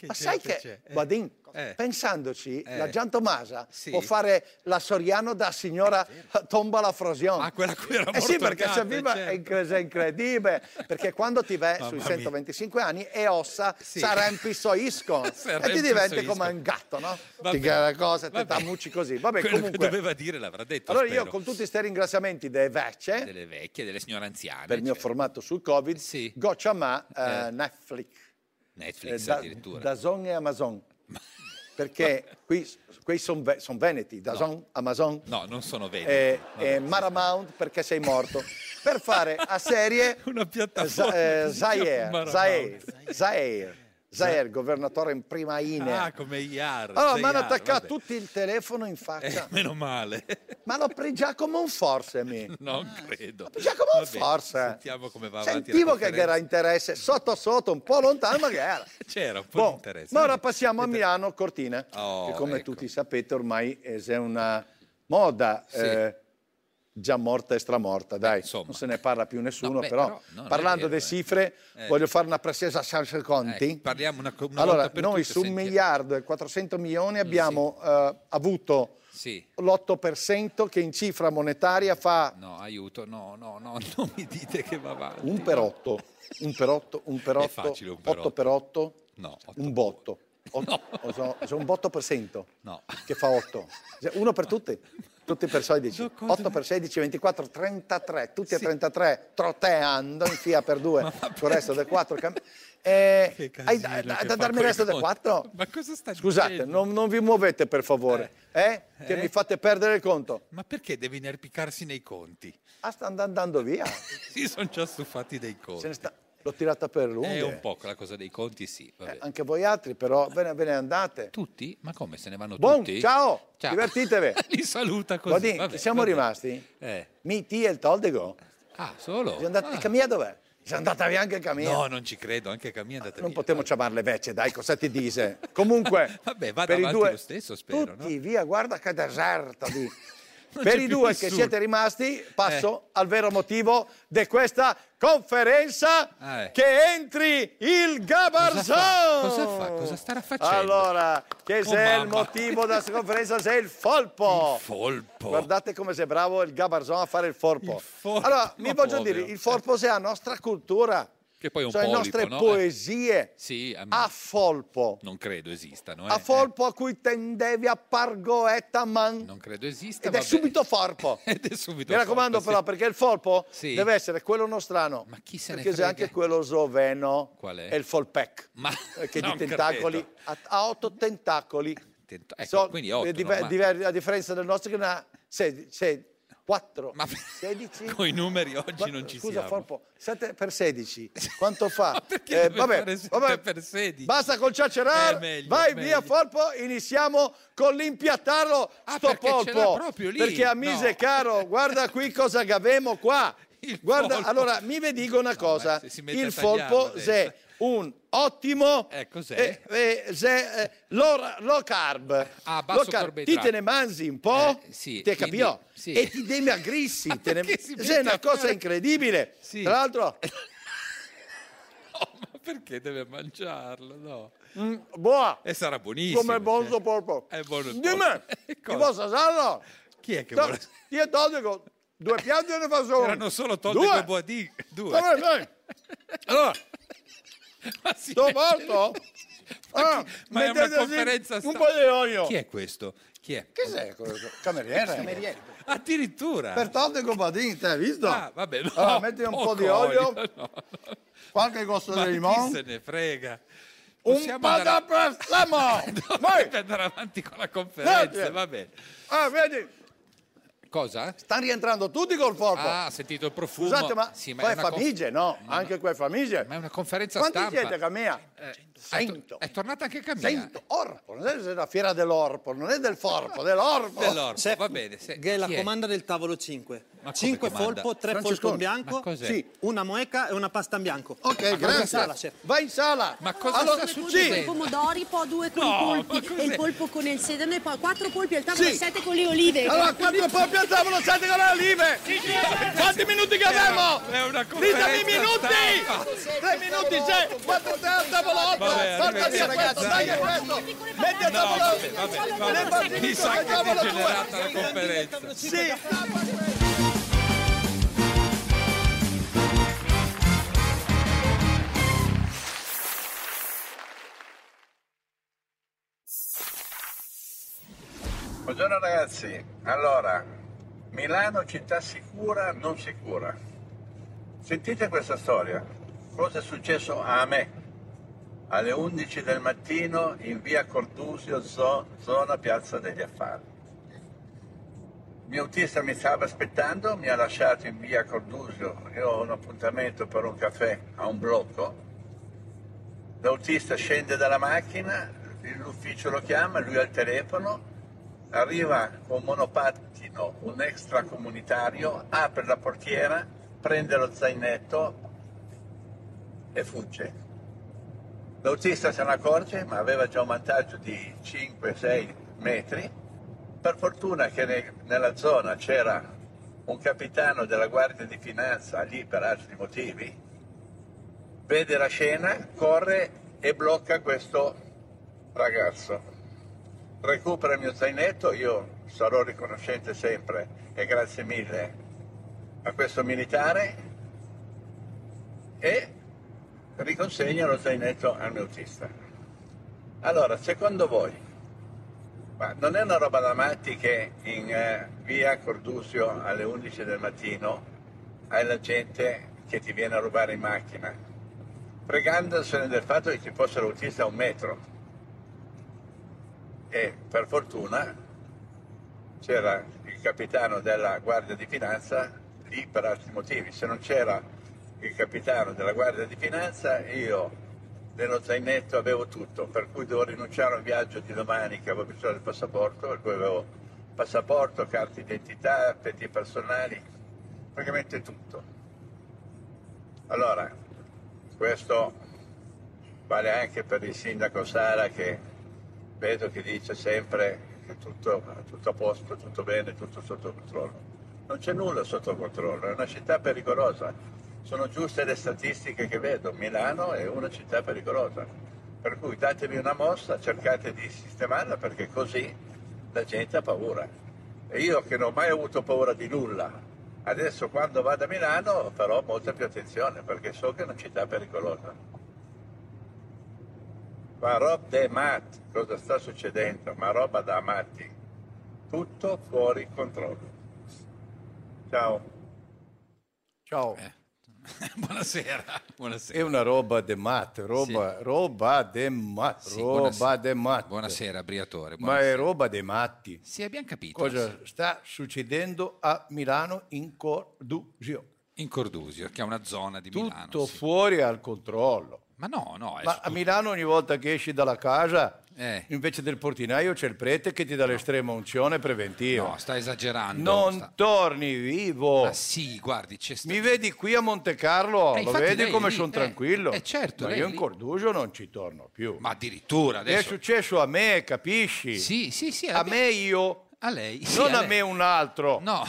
Ma sai gente che, c'è? Eh. Badin, Eh. pensandoci, Eh. la Gian Tomasa Sì. può fare la Soriano da signora Tomba la Frosion. Ah, quella qui era Eh morto sì, il perché se gatto, certo. viva è incre- è incredibile, perché quando ti vè Mamma sui mia. 125 anni e ossa sarà impissoisco e ti Sarempi diventi soisco. come un gatto, no? Vabbè. Ti la cosa, ti Vabbè. tammucci così. Vabbè, Quello comunque... che doveva dire l'avrà detto. Allora spero. io con tutti questi ringraziamenti dei vecchie, delle vecchie, delle signore anziane. per il mio formato sul Covid, goccia ma eh, Netflix. Netflix Eh, da- addirittura. Dazon e Amazon. Perché qui, quei sono veneti, Dazon, Amazon No, non sono veri. e, Vabbè. e Maramount perché sei morto. per fare a serie una piattaforma che si chiama Zaire, Maramount. Zaire, Zaire, Zaire, governatore in prima linea. Ah, come IAR. allora mi Zayar, hanno attaccato vabbè. tutti il telefono in faccia, Eh, meno male. ma l'ho preso come un forse mi. Non credo. Giacomo, Vabbè, forse. Sentiamo come va avanti. la Sentivo che conferenza. era interesse, sotto sotto, un po' lontano, ma che era. C'era un po' Boh, di interesse. ma ora passiamo a Milano Cortina, Oh, che come ecco. tutti sapete ormai è se è una moda Sì. Eh, eh, già morta e stramorta, dai, non se ne parla più nessuno, No, beh, però, però, no, non è parlando vero, delle cifre Eh. voglio fare una presenza a San Conti. Eh, parliamo una, co- una allora, volta per noi tutte, Mm, su un sentiamo. miliardo e 400 milioni abbiamo eh, avuto Sì. l'8% che in cifra monetaria fa No, aiuto, no, no, no, non mi dite che va avanti. un per otto, un per otto, un per È otto, facile, un per otto otto. per otto, No, un botto. Otto- o so- so un botto per cento No. che fa 8 uno per tutti tutti per 16 8 per 16 24 33 tutti a 33 troteando in fia per 2 con il resto del 4 eh, hai da, da- che da fa darmi il quel resto del botto. 4 Ma cosa sta scusate dicendo? non, non vi muovete per favore eh, che Eh? mi fate perdere il conto Ma perché deve inerpicarsi nei conti? ah sta and- andando via Si sono già stufati dei conti. Se ne sta- l'ho tirata per lungo È un po' la cosa dei conti, sì. vabbè. Eh, anche voi altri però ve ne, ve ne andate Eh, Tutti? Ma come se ne vanno Buon, tutti? ciao, Ciao. divertitevi. Li saluta così. Guardi, vabbè, chi siamo vabbè. rimasti? Eh. Mi, ti e il Toldego. Ah, solo? Siamo andati, Ah. E Camilla dov'è? Si è andata via anche Camilla. No, non ci credo, anche Camilla è Ah, andata non via. potremmo chiamarle vecchie, dai, cosa ti dice? Comunque, Vabbè, vada per i avanti due, lo stesso, spero, tutti via, guarda che deserto lì. per c'è i più due che nessuno. Eh. siete rimasti, passo al vero motivo di questa conferenza Eh. che entri il Gabarzon. Cosa fa? Cosa starà facendo? Allora, che Oh, se è il mamma. motivo della sua conferenza sei il folpo. Folpo. Guardate come sei bravo il Gabarzon a fare il forpo. forpo, allora, mi voglio ovvio. dire, il forpo è la nostra cultura. Che poi è un Sono polipo, le nostre no? Eh. poesie Sì, a, a folpo. non credo esistano. Eh. A folpo a cui tendevi a pargoetta man. Non credo esista. Ed è vabbè. subito forpo. Ed è subito Mi raccomando folpo, però, sì. perché il folpo Sì. deve essere quello nostrano. Ma chi se ne Perché frega? c'è anche quello sloveno. Qual è? E il folpec. Ma Eh, Che di non tentacoli. credo. Ha, ha otto tentacoli. Ecco, quindi otto, eh, diver- normale. diver- a differenza del nostro che ne ha 16, 4, 16. Con i numeri oggi non ci Scusa, siamo. Ah, Forpo, 7 per 16, quanto fa? Eh, Perché deve vabbè, fare sette vabbè, per 16? Basta col È ciacerar, meglio, vai è via Forpo, iniziamo con l'impiattarlo, sto Ah, perché ce l'ha polpo. proprio lì? Perché a Mise caro, guarda qui cosa gavemo qua. guarda, polpo. allora mi vi dico una cosa, se si mette a il tagliarlo folpo adesso. se un ottimo se. eh, eh, se, eh, low, low carb. Ah, basso Low carb. carboidrato. Eh, Ti te ne mangi un po', sì, te quindi- capio, sì. e ti demagrissi. te ne- perché si mette Cioè, è a una cosa fare- incredibile. Sì. Tra l'altro, Ma perché deve mangiarlo? No. mm, boa, E sarà buonissimo. come buon cioè. porpo. È buono il Dimmi, polpo. E ti cosa? posso sallo? Chi è che To- vuole- Io e Todico, due piatti e ne fa solo. Erano solo Todico Due. e Boadì. Due. Come, come? Allora, sto morto? Ah, Ma è una metteteci conferenza Un sta- po' di olio. Chi è questo? Chi è? Che sei? Cameriere. Cameriere. Addirittura. Per Todd e Combadini, te hai visto? Ah, vabbè, no, Eh, Allora, metti un po' poco di olio, olio, no. qualche gosto Ma di chi limone. se ne frega? Un Possiamo po' andare- d'apprezzamo! No, dovete andare avanti con la conferenza, Grazie. va bene. Ah, vedi, Cosa? stanno rientrando tutti col forpo. Ah, ha sentito il profumo. Scusate, ma, Sì, qua è è una conf- famiglie, no? anche qua è famiglie. Ma è una conferenza Quanti stampa. siete, Camia? Eh, cioè, Sento. È tornata anche Camilla. Sento, orpo, non è la fiera dell'orpo, non è del forpo, dell'orpo. Dell'orpo, va bene. Se- Che è la chi comanda del tavolo 5. come 5 comanda? folpo, 3 Francescone, folpo in ma bianco, cos'è? sì, una moeca e una pasta in bianco. Ok, grazie. Vai in sala. Ma Allora, sta Due polpi succedendo? con i pomodori, poi due con No, i ma polpi cos'è? e il polpo con il sedano, e poi quattro polpi al tavolo Sì. e sette con le olive. Allora, quattro polpi al tavolo, sette con le olive. Quanti minuti che È una- abbiamo? è una Ditemi i conferenza minuti! stampa. Tre minuti cioè, c'è, quattro tre al tavolo otto. Vabbè, Porta via arrivederci, questo, dai. dai è questo. Metti al No, tavolo vabbè, vabbè, Le vabbè. partite Mi sa al che è tavolo due. degenerata la conferenza. Sì. Buongiorno ragazzi, allora Milano città sicura non sicura. Sentite questa storia, cosa è successo a me alle 11 del mattino in via Cordusio, zo- zona Piazza degli Affari. Il mio autista mi stava aspettando, mi ha lasciato in via Cordusio, io ho un appuntamento per un caffè a un blocco. L'autista scende dalla macchina, l'ufficio lo chiama, lui ha il telefono, arriva con monopattino un extracomunitario, apre la portiera, prende lo zainetto e fugge. L'autista se ne accorge, ma aveva già un vantaggio di 5-6 metri. Per fortuna che ne- nella zona c'era un capitano della Guardia di Finanza lì per altri motivi, vede la scena, corre e blocca questo ragazzo recupera il mio zainetto, io sarò riconoscente sempre e grazie mille a questo militare e riconsegna lo zainetto al mio autista. Allora, secondo voi, ma non è una roba da matti che in eh, via Cordusio alle 11 del mattino hai la gente che ti viene a rubare in macchina, pregandosene del fatto che ci fosse l'autista a un metro? e per fortuna c'era il capitano della Guardia di Finanza lì per altri motivi. Se non c'era il capitano della Guardia di Finanza io nello zainetto avevo tutto, per cui devo rinunciare a un viaggio di domani che avevo bisogno del passaporto, per cui avevo passaporto, carte d'identità, peti personali, praticamente tutto. Allora, questo vale anche per il sindaco Sara che vedo che dice sempre che tutto, tutto a posto, tutto bene, tutto sotto controllo. Non c'è nulla sotto controllo, è una città pericolosa. Sono giuste le statistiche che vedo, Milano è una città pericolosa. Per cui datevi una mossa, cercate di sistemarla perché così la gente ha paura. E io che non ho mai avuto paura di nulla, Adesso quando vado a Milano farò molta più attenzione perché so che è una città pericolosa. Ma roba de matti, cosa sta succedendo? Ma roba da matti. Tutto fuori controllo. Ciao. Ciao. Eh. Buonasera. Buonasera. È una roba de mat, roba, roba de mat, Sì, roba buonasera. de mat. Buonasera, Briatore. Ma è roba dei matti. Sì, abbiamo capito. Cosa sta succedendo a Milano in Cordugio? In Cordusio, che è una zona di Milano. Tutto fuori al controllo. Ma no, no. è Ma su- a Milano ogni volta che esci dalla casa, Eh. invece del portinaio c'è il prete che ti dà l'estrema unzione preventiva. No, sta esagerando. non sta- torni vivo. Ma sì, guardi, c'è sta- Mi vedi qui a Monte Eh, Carlo, lo infatti lei vedi è come lì, sono eh, tranquillo. eh, certo, Ma lei io è in lì. Cordugio non ci torno più. Ma addirittura Che È adesso. successo a me, capisci? Sì, sì, sì. A me io. A lei. sì, non a, lei. me un altro. No.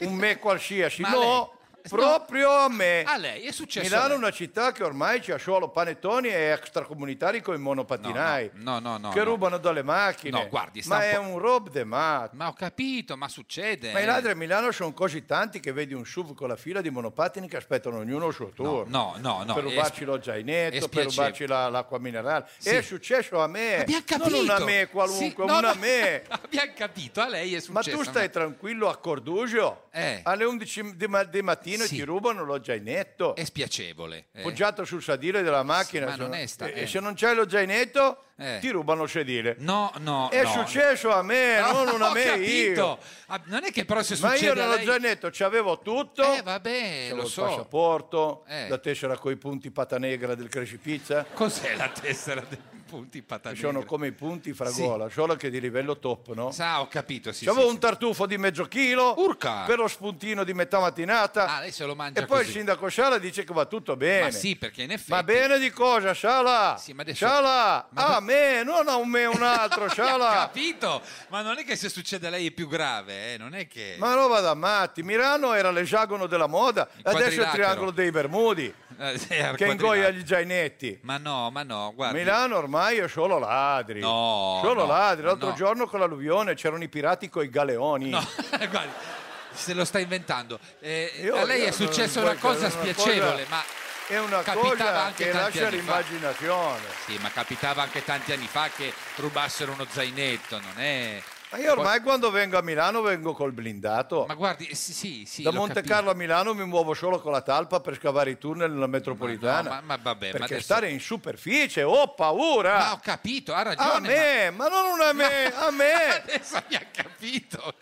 Un me qualsiasi. Ma a no. Proprio a me. A lei, è successo a Milano è lei. una città che ormai c'ha solo panettoni e extracomunitari con i monopatinai. No, no, no. che no. rubano dalle macchine. No, guardi, sta ma un è po'- un rob de mat. Ma ho capito, ma succede. Ma i eh. ladri a Milano sono così tanti che vedi un SUV con la fila di monopattini che aspettano ognuno il suo turno. no, no, no, Per è rubarci sp- lo zainetto, è per spiacevole. rubarci la- l'acqua minerale. Sì. È successo a me. Abbiamo Eh, Non capito. una me qualunque, Sì, no, una no. me. Abbiamo capito, a lei è Ma successo. tu stai tranquillo a Cordugio? Eh. Alle 11 di, ma- di mattino Sì. ti rubano lo zainetto. È spiacevole. eh. Poggiato sul sedile della macchina. ma Se non no- è sta- e- eh. E se non c'hai lo zainetto, Eh. ti rubano il sedile. No, no, È no. successo a me, No, non una ho me io. capito. Ah, Non è che però se Ma succede io a nello lei... zainetto c'avevo tutto. Eh, vabbè, C'avevo lo il so. passaporto, Eh. la tessera con i punti patanegra del crescipizza. Cos'è la tessera dei punti Che patatini? sono come i punti Sì. fragola, solo che di livello top, no? Ah, ho capito, sì, C'avevo sì, un tartufo di mezzo chilo Urca! per lo spuntino di metà mattinata. Ah, lei se lo mangia E poi così. il sindaco Sciala dice che va tutto bene. Ma sì, perché in effetti... Ma bene di cosa, Sciala? Sì, ma adesso- Sciala! Ma- A me, non a un me, un altro, Ho Sciala! capito, ma non è che se succede a lei è più grave, eh? non è che... Ma roba da matti, Milano era l'esagono della moda, adesso è il quadrilatero. triangolo dei Bermudi, Eh, sì, era che quadrilatero. ingoia gli giainetti. Ma no, ma no, guarda... Milano ormai è solo ladri. No, solo no, ladri. L'altro no. giorno con l'alluvione c'erano i pirati con i galeoni. eh, Guardi, se lo sta inventando. Eh, Io- a lei io è successa non- una cosa guarda, una spiacevole, cosa- ma È una capitava cosa anche che tanti lascia anni fa. l'immaginazione. Sì, ma capitava anche tanti anni fa che rubassero uno zainetto, non è... Ma io ormai quando vengo a Milano vengo col blindato. Ma guardi, eh, sì, sì, sì, da l'ho Monte capito. Carlo a Milano mi muovo solo con la talpa per scavare i tunnel nella No, metropolitana. ma, ma vabbè, perché ma adesso... stare in superficie, ho paura! Ma ho capito, ha ragione. a me, ma... non a me, a me! Adesso mi ha capito.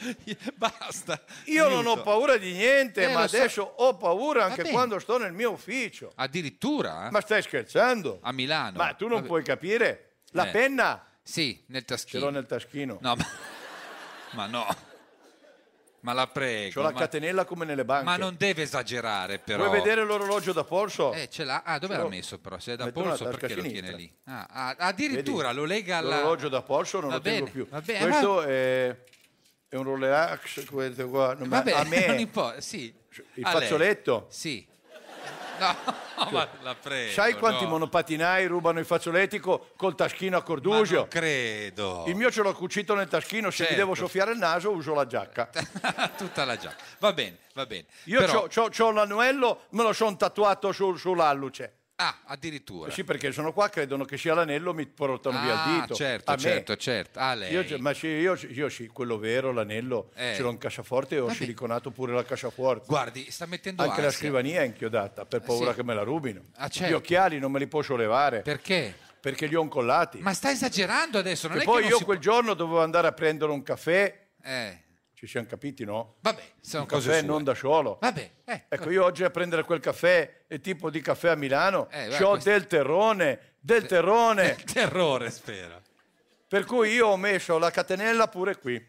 Basta. Io non ho Aiuto. paura di niente, Eh, ma lo so. adesso ho paura anche bene. quando sto nel mio ufficio. Addirittura? eh? Ma stai scherzando? A Milano. Ma tu non Vabbè. puoi capire? La Eh. penna Sì, nel ce taschino. l'ho nel taschino. No, ma... ma no. Ma la prego. C'ho la ma... catenella come nelle banche. ma non deve esagerare però. Vuoi vedere l'orologio da polso? Eh, ce l'ha. Ah, dove Ce l'ha l'ho. messo però? Se è da Metto nella polso tasca perché lo sinistra. tiene lì? Ah, ah, addirittura Vedi? lo lega alla... L'orologio da polso non Va lo tengo bene, più. va bene, questo ma- è... è un Rolex, questo qua. No, ma Vabbè, a me non importa, sì. il A lei. fazzoletto. Sì. No, ma la prego. Sai quanti no. monopatinai rubano il fazzoletti co- col taschino a Ma cordugio? non credo. Il mio ce l'ho cucito nel taschino, se mi Certo. devo soffiare il naso uso la giacca. Tutta la giacca. Va bene, va bene. Io Però- c'ho, c'ho- c'ho l'anello, me lo sono tatuato sul, sull'alluce. Ah, addirittura. Sì, perché sono qua, credono che sia l'anello, mi portano via il Ah, dito. certo, A me. certo, certo. Ah, lei. Io, ma sì, io, io sì, quello vero, l'anello, Eh. ce l'ho in cassaforte e ho siliconato pure la cassaforte. Guardi, sta mettendo Anche la ansia. Eh, scrivania è inchiodata per paura sì. che me la rubino. Ah, certo. Gli occhiali non me li posso levare. Perché? Perché li ho incollati. Ma sta esagerando adesso, non E è che poi non io si... quel giorno dovevo andare a prendere un caffè. Eh, Ci siamo capiti, no? vabbè, sono un cose caffè sue. non da solo. Vabbè, eh, Ecco, io oggi a prendere quel caffè, il tipo di caffè a Milano, Eh, guarda, c'ho questo- del terrone, del terrone. terrore, spero. Per cui io ho messo la catenella pure qui.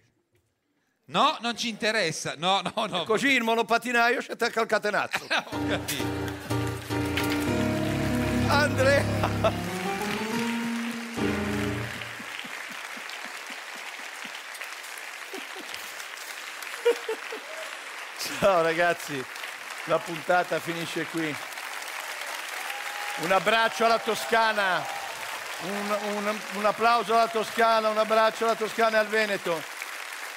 No, non ci interessa. No, no, no. Così il monopatinaio si attacca al catenazzo. Ho capito. Andrea! Ciao ragazzi, la puntata finisce qui. Un abbraccio alla Toscana, un, un- un applauso alla Toscana, un abbraccio alla Toscana e al Veneto.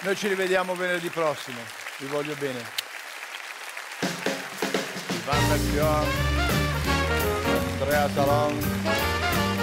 Noi ci rivediamo venerdì prossimo, vi voglio bene. Van Persion, Andrea Salon.